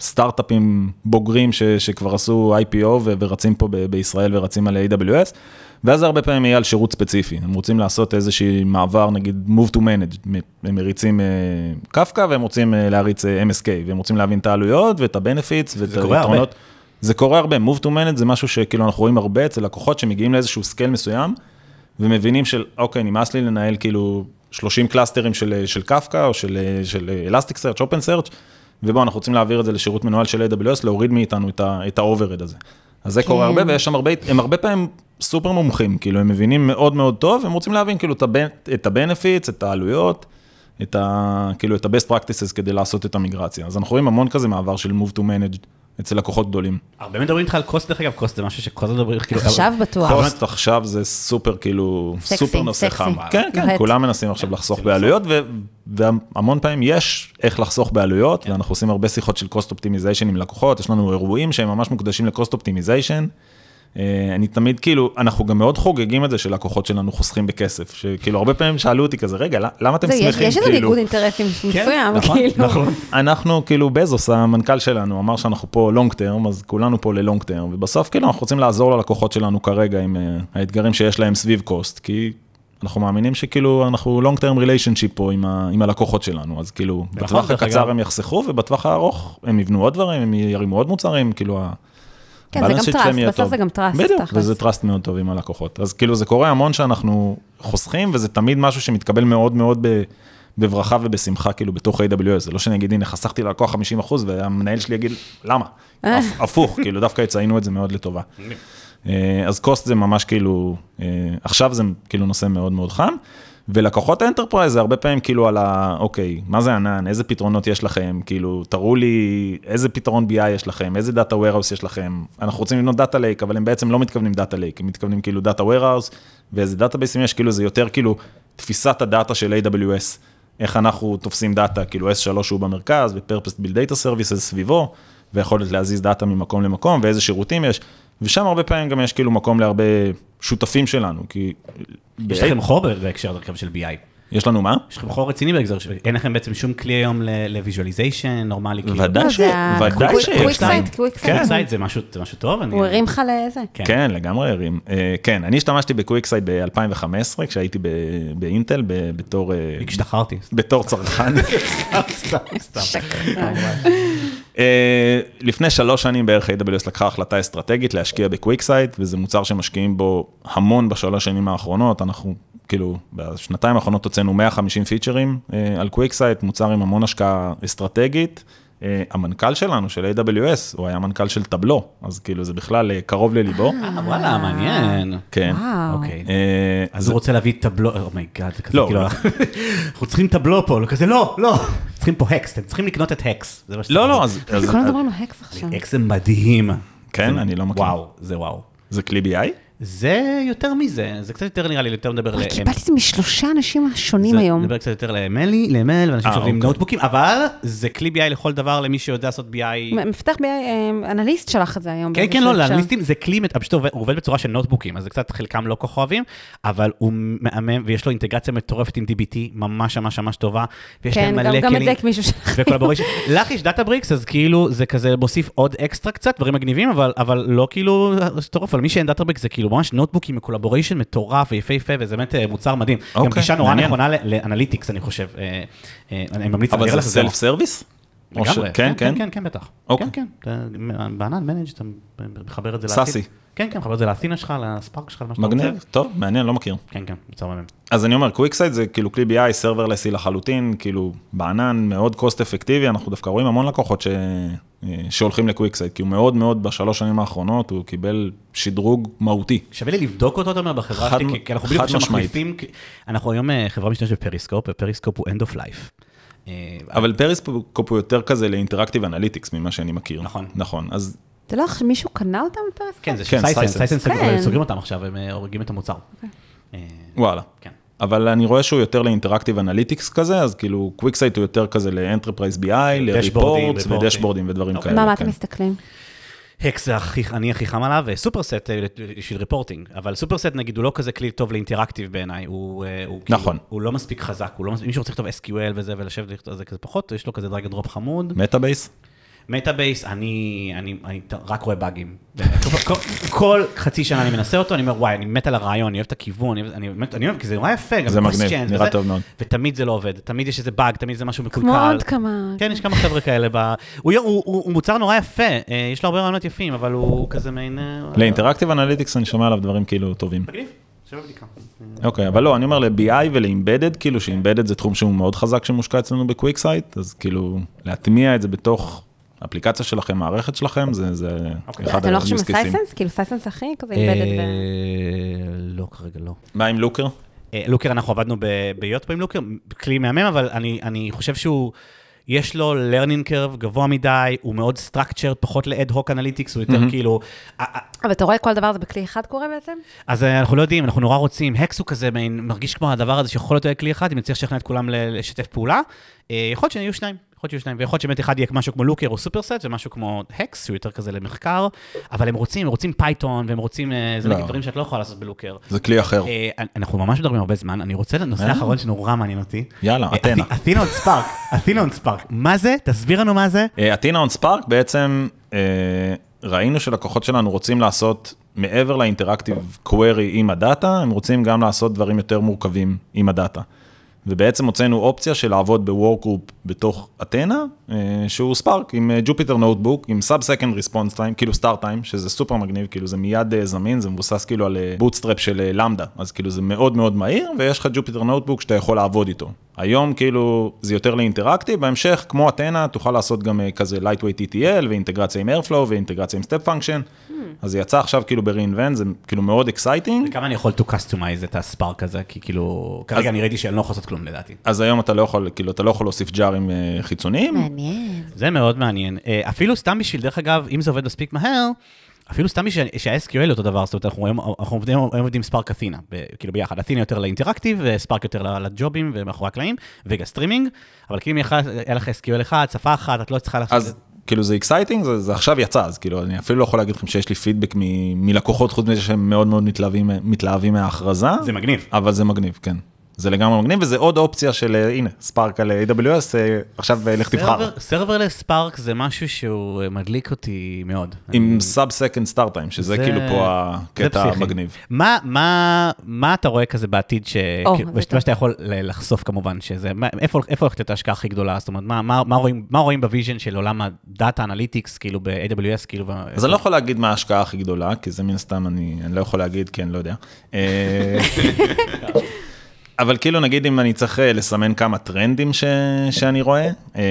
סטארט-אפים בוגרים ש, שכבר עשו IPO ו, ורצים פה ב, בישראל ורצים על AWS, ואז זה הרבה פעמים יהיה על שירות ספציפי, הם רוצים לעשות איזשהי מעבר, נגיד move to manage, מ- הם מריצים אה, קפקא והם רוצים אה, להריץ אה, MSK, והם רוצים להבין את העלויות ואת ה-benefits ואת
קורה הרבה.
היתרונות. זה קורה הרבה, move to manage זה משהו שכאילו אנחנו רואים הרבה אצל לקוחות שמגיעים לאיזשהו סקייל מסוים, ומבינים של אוקיי, נמאס לי לנהל כאילו 30 קלאסטרים של, של קפקא או של, של אלסטיק סרצ', אופן סרצ', ובואו, אנחנו רוצים להעביר את זה לשירות מנוהל של AWS, להוריד מאיתנו את ה- את ה-overhead הזה. אז זה קורה
כן.
הרבה, ויש שם הרבה, הם הרבה פעמים סופר מומחים, כאילו, הם מבינים מאוד מאוד טוב, הם רוצים להבין כאילו את ה-ben- את ה-benefits, את העלויות. את ה... כאילו, את ה-best practices כדי לעשות את המיגרציה. אז אנחנו רואים המון כזה מעבר של move to manage אצל לקוחות גדולים.
הרבה מדברים איתך על קוסט, דרך אגב, קוסט זה משהו שכל הזמן מדברים, כאילו...
עכשיו בטוח.
קוסט עכשיו זה סופר כאילו,
סקסי,
סופר נושא
סקסי.
חם. כן,
בהחלט.
כן, כולם מנסים עכשיו לחסוך
רוצים
בעלויות, ו- והמון פעמים יש איך לחסוך בעלויות, ואנחנו עושים הרבה שיחות של קוסט אופטימיזיישן עם לקוחות, יש לנו אירועים שהם ממש מוקדשים לקוסט אופטימיזיישן. אה, אני תמיד כאילו, אנחנו גם מאוד חוגגים את זה שלקוחות שלנו חוסכים בכסף, שכאילו הרבה פעמים שאלו אותי כזה, רגע, למה אתם
זה, יש-
שמחים?
יש איזה
כאילו?"
ניגוד אינטרסים
כן,
מסוים,
נכון,
כאילו.
נכון.
אנחנו כאילו בזוס המנכ"ל שלנו אמר שאנחנו פה לונג טרם אז כולנו פה ללונג טרם ובסוף כאילו אנחנו רוצים לעזור ללקוחות שלנו כרגע עם אה, האתגרים שיש להם סביב קוסט כי אנחנו מאמינים שכאילו אנחנו לונג טרם ריליישנשיפ פה עם, ה, עם הלקוחות שלנו אז כאילו
נכון,
בטווח
דרך
הקצר
אגב.
הם יחסכו ובטווח הארוך הם יבנו עוד דברים הם ירימו עוד מוצרים כאילו. ה-
כן, זה
ה-balance
גם
sheet
trust,
שלהם יהיה
בסוף
טוב.
זה גם trust,
בדיוק,
תכלס.
וזה trust מאוד טוב עם הלקוחות. אז כאילו זה קורה המון שאנחנו חוסכים, וזה תמיד משהו שמתקבל מאוד מאוד ב- בברכה ובשמחה, כאילו בתוך AWS. זה לא שאני אגיד, הנה, חסכתי ללקוח 50 אחוז, והמנהל שלי יגיד, למה?
אה.
הפ- הפוך, כאילו, דווקא הציינו את זה מאוד לטובה. אה, אז קוסט זה ממש כאילו, אה, עכשיו זה כאילו נושא מאוד מאוד חם. ולקוחות האנטרפרייז זה הרבה פעמים כאילו על ה, אוקיי, מה זה ענן, איזה פתרונות יש לכם, כאילו, תראו לי איזה פתרון BI יש לכם, איזה דאטה warehouse יש לכם. אנחנו רוצים לבנות דאטה לייק, אבל הם בעצם לא מתכוונים דאטה לייק, הם מתכוונים כאילו דאטה warehouse, ואיזה דאטאבייסים יש, כאילו זה יותר כאילו תפיסת הדאטה של AWS, איך אנחנו תופסים דאטה, כאילו S3 הוא במרכז, ו-purpose build data services סביבו, ויכולת להזיז דאטה ממקום למקום, ואיזה שירותים יש, ושם הרבה פעמים גם יש כאילו מקום להרבה שותפים שלנו, כי... אה?
יש לכם חור בהקשר דרכם של BI.
יש לנו מה?
יש לכם חור רציני בהקשר של... אין לכם בעצם שום כלי היום לוויז'ואליזיישן נורמלי. כאילו.
ודאי
לא,
ש-
זה ה-
ודאי
quick-
שיש
quick
להם.
site, quick site.
כן.
Website זה משהו זה משהו טוב. אני-
הוא הרים לך לאיזה?
כן.
כן, לגמרי הרים. אה, כן, אני השתמשתי בקוויקסייד ב-2015, כשהייתי ב- באינטל, ב- בתור... אה,
השתחררתי.
בתור צרכן.
סתם, סתם.
אה, לפני שלוש שנים בערך AWS לקחה החלטה אסטרטגית להשקיע בקוויקסייט, וזה מוצר שמשקיעים בו המון בשלוש שנים האחרונות, אנחנו כאילו בשנתיים האחרונות הוצאנו 150 פיצ'רים אה, על קוויקסייט, מוצר עם המון השקעה אסטרטגית. אה, המנכ"ל שלנו, של AWS, הוא היה מנכ"ל של טבלו, אז כאילו זה בכלל אה, קרוב לליבו.
אה, וואלה, מעניין.
כן.
וואו.
אוקיי.
אה,
אז הוא רוצה להביא טבלו, אומייגאד, זה כזה
לא,
כאילו,
לא.
אנחנו צריכים טבלו פה, לא כזה, לא, לא, צריכים פה הקס, אתם צריכים לקנות את הקס. זה מה שצריך
לא, לא,
לעשות.
אז... אז-
כל הדברים על הקס עכשיו.
הקס זה מדהים.
כן,
זה-
אני לא מכיר.
וואו, זה וואו.
זה כלי BI?
זה יותר מזה, זה קצת יותר נראה לי, יותר מדבר
וואי,
לאמ-
קיבלתי את זה משלושה אנשים שונים
אה, זה
היום.
מדבר קצת יותר למלי, למל, ואנשים
אה,
שעובדים עם
אוקיי.
נוטבוקים, אבל זה כלי BI לכל דבר למי שיודע לעשות BI.
מ- מפתח ב- אה, אנליסט שלח את זה היום.
כן, כן,
בשביל
לא,
עכשיו.
לאנליסטים זה כלי, מט- פשוט עובד- הוא עובד בצורה של נוטבוקים, אז זה קצת חלקם לא כל כך אוהבים, אבל הוא מהמם, ויש לו אינטגרציה מטורפת עם DBT, ממש ממש ממש טובה, ויש
כן,
להם מלא
גם-
כלים.
גם את זה מישהו שלח. לי.
וקולבוריישן. לך יש דאטה בריקס, אז כאילו זה כזה מוסיף עוד אקסטרה קצת, דברים מגניבים, אבל, אבל לא כאילו מטורף, אבל מי שאין דאטה בריקס זה כאילו ממש נוטבוקים מקולבוריישן מטורף ויפהפה, וזה באמת אה, מוצר מדהים. גם
אוקיי,
גישה נורא
מעניין.
נכונה ל- לאנליטיקס, אני חושב. אה, אה, אני ממליץ
אבל
להעביר
זה
לך את
סלף סרוויס? או ש-
לגמרי.
כן, כן.
כן, כן, בטח.
אוקיי.
כן, כן. אתה בענן מנג' אתה מחבר את זה
סאסי.
לאתינה- כן, כן, מחבר את זה לאתינה שלך, לספארק שלך, למה שאתה רוצה.
מגניב, טוב, מעניין, לא מכיר.
כן, כן, מוצר מהמם.
אז אני אומר, קוויקסייט זה כאילו כלי BI, סרברלסי לחלוטין, כאילו בענן מאוד קוסט אפקטיבי, אנחנו דווקא רואים המון לקוחות ש... אה, שהולכים לקוויקסייט, כי הוא מאוד מאוד בשלוש שנים האחרונות, הוא קיבל שדרוג מהותי.
שווה לי לבדוק אותו, אתה אומר, בחברה
חד
שלי,
מ-
כי- כי אנחנו בדיוק
חד
עכשיו
משמעית.
מחליפים, כי- אנחנו היום אה, חברה משתמשת בפריסקופ, ופריסקופ הוא end of life. אה,
אבל פריסקופ הוא יותר כזה לאינטראקטיב אנליטיקס ממה שאני מכיר.
נכון.
נכון, אז
זה לא עכשיו מישהו קנה אותם את הפרס?
כן, זה של
כן,
סייסן,
סייסן.
סייסן סגרו-
כן.
סוגרים אותם עכשיו, הם אה, הורגים את המוצר. אה,
וואלה.
כן.
אבל אני רואה שהוא יותר לאינטראקטיב אנליטיקס כזה, אז כאילו קוויקסייט הוא יותר כזה לאנטרפרייז BI,
דשבורדים,
לריפורטס
ריפורטים.
ודשבורדים ודברים
אוקיי.
כאלה.
מה, מה אתם
כן.
מסתכלים?
הקס זה הכי, אני הכי חם עליו, וסופרסט אה, בשביל ריפורטינג, אבל סופרסט נגיד הוא לא כזה כלי טוב לאינטראקטיב בעיניי, הוא, אה, הוא, כאילו-
נכון.
הוא לא מספיק חזק, הוא לא מספיק, מישהו רוצה לכתוב SQL וזה ולשבת לכתוב, זה כזה פחות, יש לו כזה דרג דרופ חמוד.
מטאבייס?
מטאבייס, אני, אני, אני ת- רק רואה באגים. כל, כל חצי שנה אני מנסה אותו, אני אומר, וואי, אני מת על הרעיון, אני אוהב את הכיוון, אני, אוהב- אני, באמת- אני אוהב, כי זה נורא יפה, גם
זה מגניב,
questions
נראה
וזה,
טוב מאוד.
ותמיד זה לא עובד, תמיד יש איזה באג, תמיד זה משהו מקולקל.
כמו עוד כמה...
כן, יש כמה חבר'ה כאלה ב... הוא, הוא, הוא, הוא מוצר נורא יפה, אה, יש לו הרבה רעיונות יפים, אבל הוא כזה מעין... אה,
לאינטראקטיב אנליטיקס אני שומע עליו דברים כאילו טובים.
מגניב, שווה בדיקה.
אוקיי, אבל לא, אני אומר ל-BI ול-Embedded, כאילו ש-Embedded זה תחום שהוא מאוד חזק שמושקע אצלנו בקוויקסייט, אז כאילו להטמיע את זה בתוך אפליקציה שלכם, מערכת שלכם, זה, זה
אוקיי.
אחד
אתם לא חושבים
ה-use
על
cases.
סייסנס? כאילו סייסנס הכי
אה,
כזה איבדת ב...
לא, כרגע לא.
מה עם לוקר?
אה, לוקר, אנחנו עבדנו ב- ביוטפו עם לוקר, כלי מהמם, אבל אני, אני חושב שהוא, יש לו learning curve גבוה מדי, הוא מאוד structured, פחות ל-ad-hoc analytics, הוא יותר כאילו... א- א-
אבל אתה רואה כל דבר זה בכלי אחד קורה בעצם?
אז אה, אנחנו לא יודעים, אנחנו נורא רוצים, הקס הוא כזה, מעין, מרגיש כמו הדבר הזה שיכול להיות כלי אחד, אם נצליח לשכנע את כולם ל- לשתף פעולה. אה, יכול להיות שיהיו שניים, יכול להיות שיהיו שניים, ויכול להיות שבאמת אחד יהיה משהו כמו לוקר או סופרסט, ומשהו כמו הקס, שהוא יותר כזה למחקר, אבל הם רוצים, הם רוצים פייתון, והם רוצים, אה, זה
לא.
נגיד דברים שאת לא יכולה לעשות בלוקר.
זה כלי אחר.
אה, אנחנו ממש מדברים הרבה זמן, אני רוצה לנושא
אה.
האחרון שנורא מעניין אותי.
יאללה,
אה,
אתנה.
אתי- אתינה און ספארק, אתינה און ספארק. מה זה? תסביר לנו מה זה.
אה, אתינה און ספארק בעצם, אה, ראינו שלקוחות שלנו רוצים לעשות, מעבר לאינטראקטיב קווירי עם הדאטה, הם רוצים גם לעשות דברים יותר מורכבים עם הדאטה. ובעצם הוצאנו אופציה של לעבוד בוורקרופ בתוך אתנה, אה, שהוא ספארק עם ג'ופיטר נוטבוק, עם סאב סקנד ריספונס טיים, כאילו סטארט טיים, שזה סופר מגניב, כאילו זה מיד אה, זמין, זה מבוסס כאילו על בוטסטראפ של אה, למדה, אז כאילו זה מאוד מאוד מהיר, ויש לך ג'ופיטר נוטבוק שאתה יכול לעבוד איתו. היום כאילו זה יותר לאינטראקטי, בהמשך כמו אתנה תוכל לעשות גם אה, כזה lightweight ETL ואינטגרציה עם Airflow ואינטגרציה עם step function, אז זה יצא עכשיו כאילו ב-reinvent, זה כאילו מאוד אקסייטינג.
כמה אני יכול to customize את הספארק הזה, כי כאילו, כרגע אני ראיתי שאני לא יכול לעשות כלום לדעתי.
אז היום אתה לא יכול, כאילו, אתה לא יכול להוסיף ג'ארים אה, חיצוניים,
Hmm. מעניין.
זה מאוד מעניין. אה, אפילו סתם בשביל, דרך אגב, אם זה עובד מספיק מהר, אפילו סתם בשביל שה-SQL אותו דבר, זאת אומרת, אנחנו היום אנחנו עובדים, היום עובדים ספארק אתינה, ב- כאילו ביחד, אתינה יותר לאינטראקטיב, וספארק יותר ל- לג'ובים ומאחורי הקלעים, וגם סטרימינג, אבל כאילו אם יכל- היה לך SQL אחד, שפה אחת, את לא צריכה... לעשות-
אז כאילו זה אקסייטינג, זה, זה עכשיו יצא, אז כאילו אני אפילו לא יכול להגיד לכם שיש לי פידבק מ, מלקוחות, חוץ מזה שהם מאוד מאוד מתלהבים, מתלהבים מההכרזה,
זה מגניב.
אבל זה מגניב, כן. זה לגמרי מגניב, וזה עוד אופציה של, אה, הנה, ספארק על אה, AWS, אה, עכשיו אה, לך תבחר.
סרברלס ספארק זה משהו שהוא אה, מדליק אותי מאוד.
עם סאב סקנד סטארט טיים, שזה
זה-
כאילו פה
זה
הקטע
פסיכי.
המגניב.
מה, מה, מה אתה רואה כזה בעתיד, ש...
או,
כאילו,
זה
ושאת-
טוב.
מה שאתה יכול ל- לחשוף כמובן, שזה, מה- איפה, איפה הולכת להיות ההשקעה הכי גדולה? זאת אומרת, מה, מה, מה, רואים, מה רואים בוויז'ן של עולם הדאטה אנליטיקס, כאילו ב-AWS, כאילו... ב-
אז אני לא יכול להגיד מה ההשקעה הכי גדולה, כי זה מן הסתם אני, אני לא יכול להגיד, כי אני לא יודע. אה, אבל כאילו נגיד אם אני צריך אה, לסמן כמה טרנדים ש, שאני רואה, אה,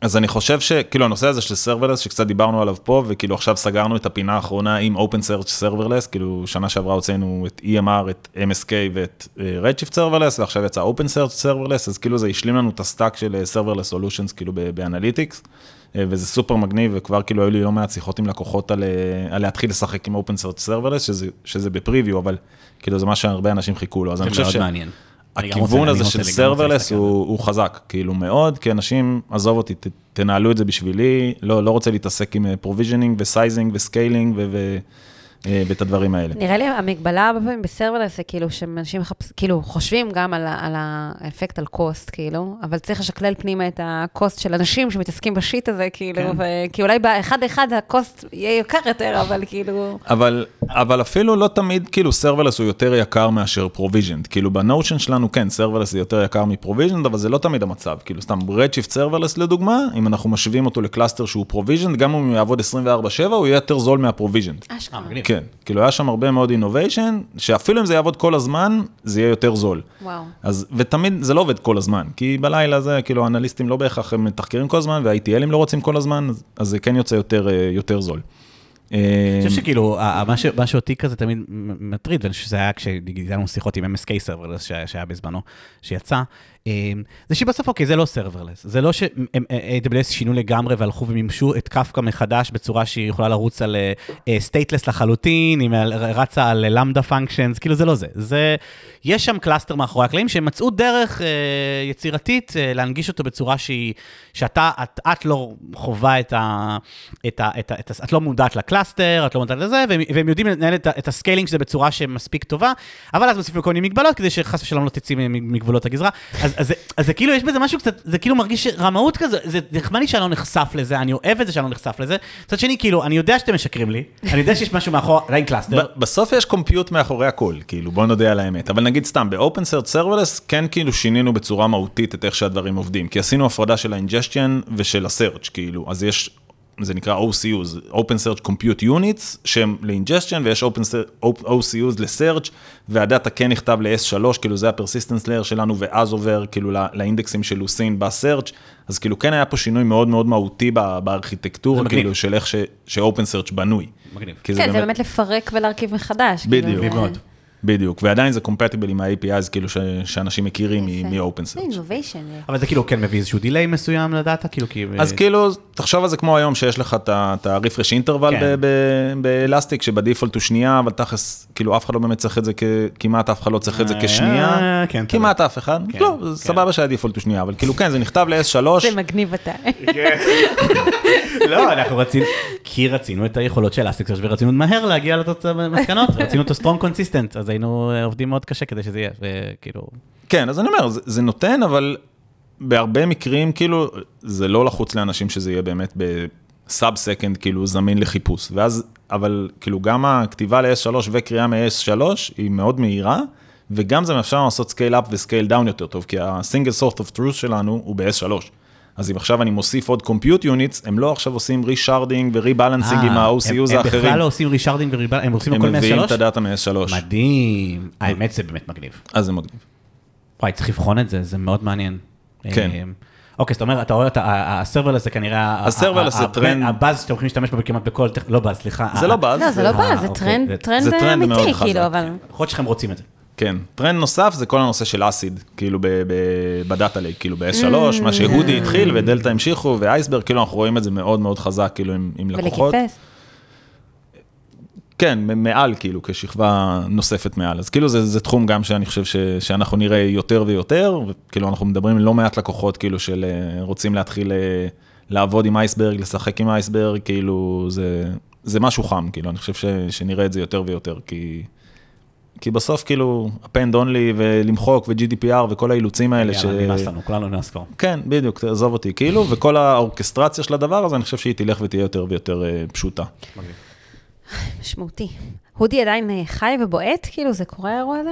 אז אני חושב שכאילו הנושא הזה של סרברלס, שקצת דיברנו עליו פה, וכאילו עכשיו סגרנו את הפינה האחרונה עם open search serverless, כאילו שנה שעברה הוצאנו את EMR, את MSK ואת אה, Redshift serverless, ועכשיו יצא open search serverless, אז כאילו זה השלים לנו את הסטאק של אה, serverless solutions כאילו ב- באנליטיקס, אה, וזה סופר מגניב, וכבר כאילו היו לי לא מעט שיחות עם לקוחות על, אה, על להתחיל לשחק עם open search serverless, שזה, שזה בפריוויו, אבל כאילו זה מה שהרבה אנשים חיכו לו, אז אני
זה
חושב
מאוד
ש...
מעניין. אני גם רוצה-
הכיוון
אני
הזה
רוצה-
של
אני גם רוצה
סרברלס
להסתכל על
הוא, הוא חזק, כאילו מאוד, כי אנשים, עזוב אותי, ת, תנהלו את זה בשבילי, לא, לא רוצה להתעסק עם פרוביז'נינג וסייזינג וסקיילינג ו, ו, אה, ואת הדברים האלה.
נראה לי המגבלה הרבה פעמים בסרברלס זה כאילו שאנשים מחפש, כאילו חושבים גם על, ה- על האפקט על קוסט, כאילו, אבל צריך לשקלל פנימה את הקוסט של אנשים שמתעסקים בשיט הזה, כאילו,
כן.
כן. ו... כי אולי באחד-אחד הקוסט יהיה יקר יותר, אבל כאילו...
אבל, אבל אפילו לא תמיד, כאילו, סרברלס הוא יותר יקר מאשר פרוביז'נד. כאילו, בנושן שלנו, כן, סרברלס זה יותר יקר מפרוביז'נד, אבל זה לא תמיד המצב. כאילו, סתם רדשיפט סרברלס לדוגמה, אם אנחנו משווים אותו לקלאסטר שהוא פרוביז'נד, גם אם הוא יעבוד 24/7, הוא יהיה יותר זול מהפרוביז'נד.
אה,
אשכרה.
מגניב.
כן, כאילו היה שם הרבה מאוד אינוביישן, שאפילו אם זה יעבוד כל הזמן, זה יהיה יותר זול.
וואו.
אז, ותמיד זה לא עובד כל הזמן, כי בלילה זה, כאילו, האנליסטים לא בהכרח הם מתחקרים כל הזמן, וה-ITLים לא רוצים כל הזמן, אז- אז זה כן יוצא יותר, אה, יותר זול. אה,
אני חושב שכאילו, ה- ה- מה ש- מה שאותי כזה תמיד מ- מטריד, ואני חושב שזה היה כשגידלנו שיחות עם MSK סרברלס שה- שהיה בזמנו, שיצא, אה, זה שבסוף, אוקיי, זה לא סרברלס. זה לא ש-AWS שינו לגמרי והלכו ומימשו את קפקא מחדש בצורה שהיא יכולה לרוץ על סטייטלס לחלוטין, היא מעל- רצה על למדה פונקשנס, כאילו זה לא זה. זה, יש שם קלאסטר מאחורי הקלעים שהם מצאו דרך אה, יצירתית אה, להנגיש אותו בצורה שהיא, שאתה, את, את לא חווה את ה... את ה, את ה, את ה את לא מודעת לקלאסטר, את לא מודעת לזה, והם, והם יודעים לנהל את, ה- את הסקיילינג שזה בצורה שמספיק טובה, אבל אז מוסיפים כל מיני מגבלות כדי שחס ושלום לא תצאי מ- מגבולות הגזרה. אז, אז, זה, אז זה כאילו, יש בזה משהו קצת, זה כאילו מרגיש רמאות כזה, זה נחמד לי שאני לא נחשף לזה, אני אוהב את זה שאני לא נחשף לזה. מצד שני, כאילו, אני יודע שאתם משקרים לי, אני יודע שיש משהו מאחור, עדיין קלאסטר.
ב- בסוף יש קומפיוט מאחורי הכל, כאילו, בוא נודה על האמת. אבל נגיד סתם, ב-open search serverless כן כאילו שינינו בצורה מהותית את איך שהדברים עובדים, כי עשינו הפרדה של ה-ingestion ושל ה-search, כאילו, אז יש, זה נקרא OCUs, open search compute units, שהם ל-ingestion ויש open ser- O- OCUs ל-search, והדאטה כן נכתב ל-S3, כאילו זה ה-persistence layer שלנו, ואז עובר כאילו ל- לאינדקסים של לוסין ב-search, אז כאילו כן היה פה שינוי מאוד מאוד מהותי ב-
זה
בארכיטקטורה,
מגניב.
כאילו, של איך ש- ש-open search בנוי.
מגניב.
כי
כן, זה באמת לפרק ולהרכיב מחדש.
בדיוק.
כאילו, זה-
בדיוק, ועדיין זה compatible עם ה-APIs, כאילו ש- שאנשים מכירים
יפה.
מ-open
זה
search.
innovation. זה-
אבל זה כאילו כן מביא איזשהו דיליי מסוים לדאטה, כאילו, כי...
אז כאילו, תחשוב על זה כמו היום שיש לך את ה- את ה-refresh interval
כן.
ב- ב- באלסטיק, שבדיפולט הוא שנייה, אבל תכלס, כאילו אף אחד לא באמת צריך את זה, כ- כמעט אף אחד לא צריך את זה
אה,
כשנייה.
כן, אתה
כמעט אף אחד.
כן,
לא,
כן.
זה סבבה שהדיפולט הוא שנייה, אבל כאילו כן, זה נכתב ל-S3.
זה מגניב אתה.
כן. לא, אנחנו רצינו, כי רצינו את היכולות של אסטיקסרש ורצינו מהר להגיע למסקנות, רצינו אותו strong consistent, אז היינו אה, עובדים מאוד קשה כדי שזה יהיה, וכאילו...
כן, אז אני אומר, זה, זה נותן, אבל בהרבה מקרים, כאילו, זה לא לחוץ לאנשים שזה יהיה באמת בסאב סקנד, כאילו, זמין לחיפוש. ואז, אבל כאילו, גם הכתיבה ל-S3 וקריאה מ-S3 היא מאוד מהירה, וגם זה מאפשר לנו לעשות סקייל אפ וסקייל דאון יותר טוב, כי הסינגל סורט אוף טרוס שלנו הוא ב-S3. אז אם עכשיו אני מוסיף עוד compute units, הם לא עכשיו עושים רישארדינג וריבלנסינג עם
אה,
ה-OCUs
הם- הם
האחרים.
בכלל לא עושים רישארדינג וריבל, הם עושים
הם
הכל
מביאים את
מה-3?
הדאטה מ-S3,
מדהים. האמת זה באמת מגניב.
אז זה מגניב.
וואי, צריך לבחון את זה, זה מאוד מעניין.
כן.
אה, אוקיי, זאת אומרת, אתה רואה, את ה- ה- הסרברלס זה כנראה... ה-
הסרברלס
ה-
זה
ה-
טרנד.
הבאז שאתם הולכים להשתמש בו כמעט בכל, טכ- לא באז, סליחה.
זה
ה-
לא באז.
לא, זה לא בעיה, זה
אוקיי, זה-
טרנד טרנד
זה טרנד מאוד
אמיתי,
חזק.
כאילו, אבל...
יכול להיות שכם רוצים את זה.
כן, טרנד נוסף זה כל הנושא של אסיד, כאילו ב- ב- בדאטה לייק, כאילו ב-S3, מה שהודי התחיל ודלתא המשיכו ואייסברג, כאילו אנחנו רואים את זה מאוד מאוד חזק, כאילו עם, עם לקוחות.
ולקיפס.
כן, מ- מעל כאילו, כשכבה נוספת מעל, אז כאילו זה, זה תחום גם שאני חושב ש, שאנחנו נראה יותר ויותר, וכאילו אנחנו מדברים עם לא מעט לקוחות כאילו של אה, רוצים להתחיל אה, לעבוד עם אייסברג, לשחק עם אייסברג, כאילו זה, זה משהו חם, כאילו אני חושב ש, שנראה את זה יותר ויותר, כי... כי בסוף כאילו, append only ולמחוק ו-GDPR וכל האילוצים האלה ש...
יאללה, נמאס לנו, כולנו נזכור.
כן, בדיוק, תעזוב אותי, כאילו, וכל האורכסטרציה של הדבר הזה, אני חושב שהיא תלך ותהיה יותר ויותר אה, פשוטה.
משמעותי. הודי עדיין אה, חי ובועט? כאילו, זה קורה האירוע הזה?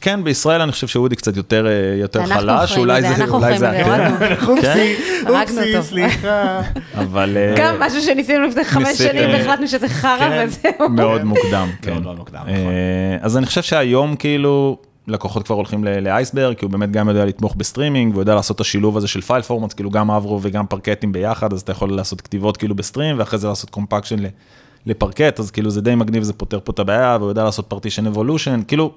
כן, בישראל אני חושב שאודי קצת יותר, אה, יותר
אנחנו
חלש,
אחראים
אולי
לזה,
זה,
אנחנו
אולי זה
אחראים לזה,
אתם, כן,
הרגנו אותו.
סליחה.
אבל אה,
גם משהו שניסינו לפני חמש
ניסיתם.
שנים והחלטנו שזה חרא
כן.
וזהו.
מאוד מוקדם, כן.
מאוד מוקדם,
אה, אז אני חושב שהיום כאילו, לקוחות כבר הולכים ל- לאייסברג, כי הוא באמת גם יודע לתמוך בסטרימינג, והוא יודע לעשות את השילוב הזה של פייל פורמט, כאילו גם אברו וגם פרקטים ביחד, אז אתה יכול לעשות כתיבות כאילו בסטרים, ואחרי זה לעשות קומפקשן ל- לפרקט, אז כאילו זה די מגניב, זה פותר פה את הבעיה, והוא יודע לעשות פרטישן אבולושן, כאילו,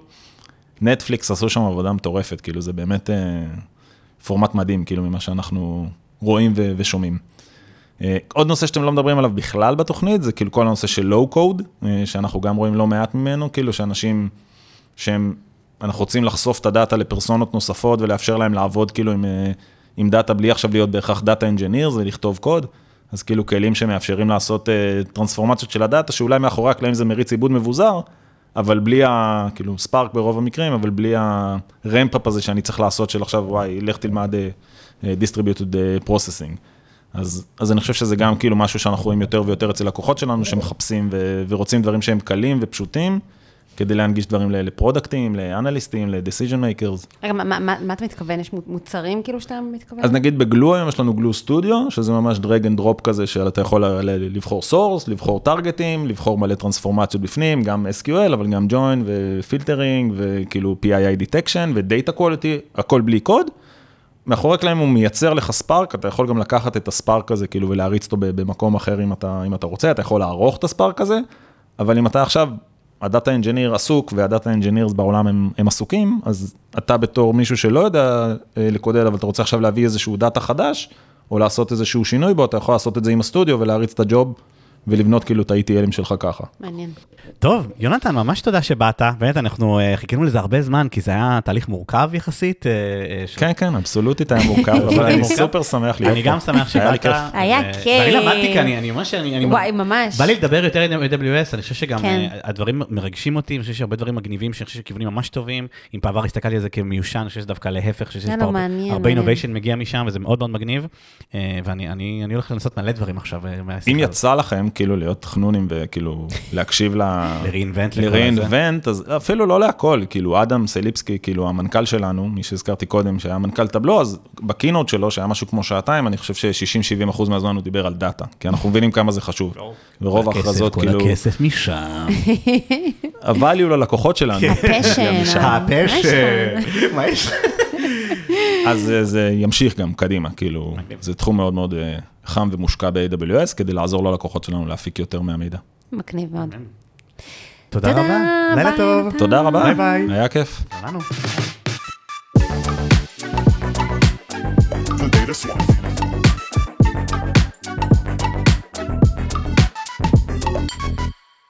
נטפליקס עשו שם עבודה מטורפת, כאילו זה באמת אה, פורמט מדהים, כאילו ממה שאנחנו רואים ו- ושומעים. אה, עוד נושא שאתם לא מדברים עליו בכלל בתוכנית, זה כאילו כל הנושא של לואו קוד, אה, שאנחנו גם רואים לא מעט ממנו, כאילו שאנשים שהם, אנחנו רוצים לחשוף את הדאטה לפרסונות נוספות ולאפשר להם לעבוד כאילו עם, אה, עם דאטה בלי עכשיו להיות בהכרח דאטה אנג'יניר, זה לכתוב קוד. אז כאילו כלים שמאפשרים לעשות אה, טרנספורמציות של הדאטה, שאולי מאחורי הקלעים זה מריץ עיבוד מבוזר, אבל בלי ה... כאילו ספארק ברוב המקרים, אבל בלי הרמפאפ הזה שאני צריך לעשות של עכשיו, וואי, לך תלמד אה, אה, distributed אה, processing. אז, אז אני חושב שזה גם כאילו משהו שאנחנו רואים יותר ויותר אצל לקוחות שלנו, שמחפשים ו, ורוצים דברים שהם קלים ופשוטים, כדי להנגיש דברים ל- לפרודקטים, לאנליסטים, ל-decision makers.
כן.
רגע, מה- מה- מה מה אתה מתכוון? יש מוצרים כאילו שאתה מתכוון?
אז נגיד בגלו היום יש לנו גלו סטודיו, שזה ממש דרג אנד דרופ כזה, שאתה יכול ל- ל- לבחור סורס, לבחור טרגטים, לבחור מלא טרנספורמציות בפנים, גם SQL, אבל גם join ופילטרינג, וכאילו PII detection ו-data quality, הכל בלי קוד. מאחורי הקלעים הוא מייצר לך ספארק, אתה יכול גם לקחת את הספארק הזה כאילו ולהריץ אותו ב- במקום אחר אם אתה, אם אתה רוצה, אתה יכול לערוך את הספארק הזה, אבל אם אתה עכשיו, הדאטה אנג'יניר עסוק והדאטה אנג'ינירס בעולם הם, הם עסוקים, אז אתה בתור מישהו שלא יודע אה, לקודד, אבל אתה רוצה עכשיו להביא איזשהו דאטה חדש, או לעשות איזשהו שינוי בו, אתה יכול לעשות את זה עם הסטודיו ולהריץ את הג'וב ולבנות כאילו את ה-ETLים שלך ככה.
מעניין.
טוב, יונתן, ממש תודה שבאת. באמת, אנחנו אה, חיכינו לזה הרבה זמן, כי זה היה תהליך מורכב יחסית. אה, אה, של-
כן, כן, אבסולוטית היה מורכב, אבל אני סופר שמח להיות פה.
אני גם שמח שבאת.
כן, היה לי כיף.
היה
אה,
כיף.
ואני למדתי כאן, אני אני ממש... אני- אני-
וואי, ממש.
בא לי לדבר יותר עם AWS, אני חושב שגם
כן.
אה, הדברים מרגשים אותי, אני חושב שהרבה דברים מגניבים, שאני חושב שכיוונים ממש טובים. אם בעבר הסתכלתי על זה כמיושן, אני חושב שדווקא להפך, אני חושב שיש
יאללה,
פה הרבה-
מעניין,
הרבה
מעניין.
innovation מגיע משם, וזה מאוד מאוד מגניב. אה, ואני אני- אני הולך לנסות מלא דברים עכשיו. אה, מהשיחה
אם
הזאת.
יצא לכם כאילו להיות חנונים וכאילו להקשיב ל...
ל-reinvent, לכל הזה.
ל-reinvent, אז אפילו לא להכל, כאילו אדם סליפסקי, כאילו המנכ"ל שלנו, מי שהזכרתי קודם, שהיה מנכ"ל טבלו, אז בקינוט שלו, שהיה משהו כמו שעתיים, אני חושב ש-60-70 אחוז מהזמן הוא דיבר על דאטה, כי אנחנו מבינים כמה זה חשוב. ורוב ההכרזות
כל
כאילו,
הכסף משם.
הvalue ללקוחות שלנו.
הפשן.
הפשע. מה יש לך?
אז אה, זה ימשיך גם קדימה, כאילו, זה תחום מאוד מאוד אה, חם ומושקע ב-AWS, כדי לעזור ללקוחות שלנו להפיק יותר מהמידע.
מגניב מאוד.
תודה
תודה,
רבה. לילה
ביי,
טוב.
תודה רבה,
ביי ביי.
היה כיף.
לנו.
the data swamp.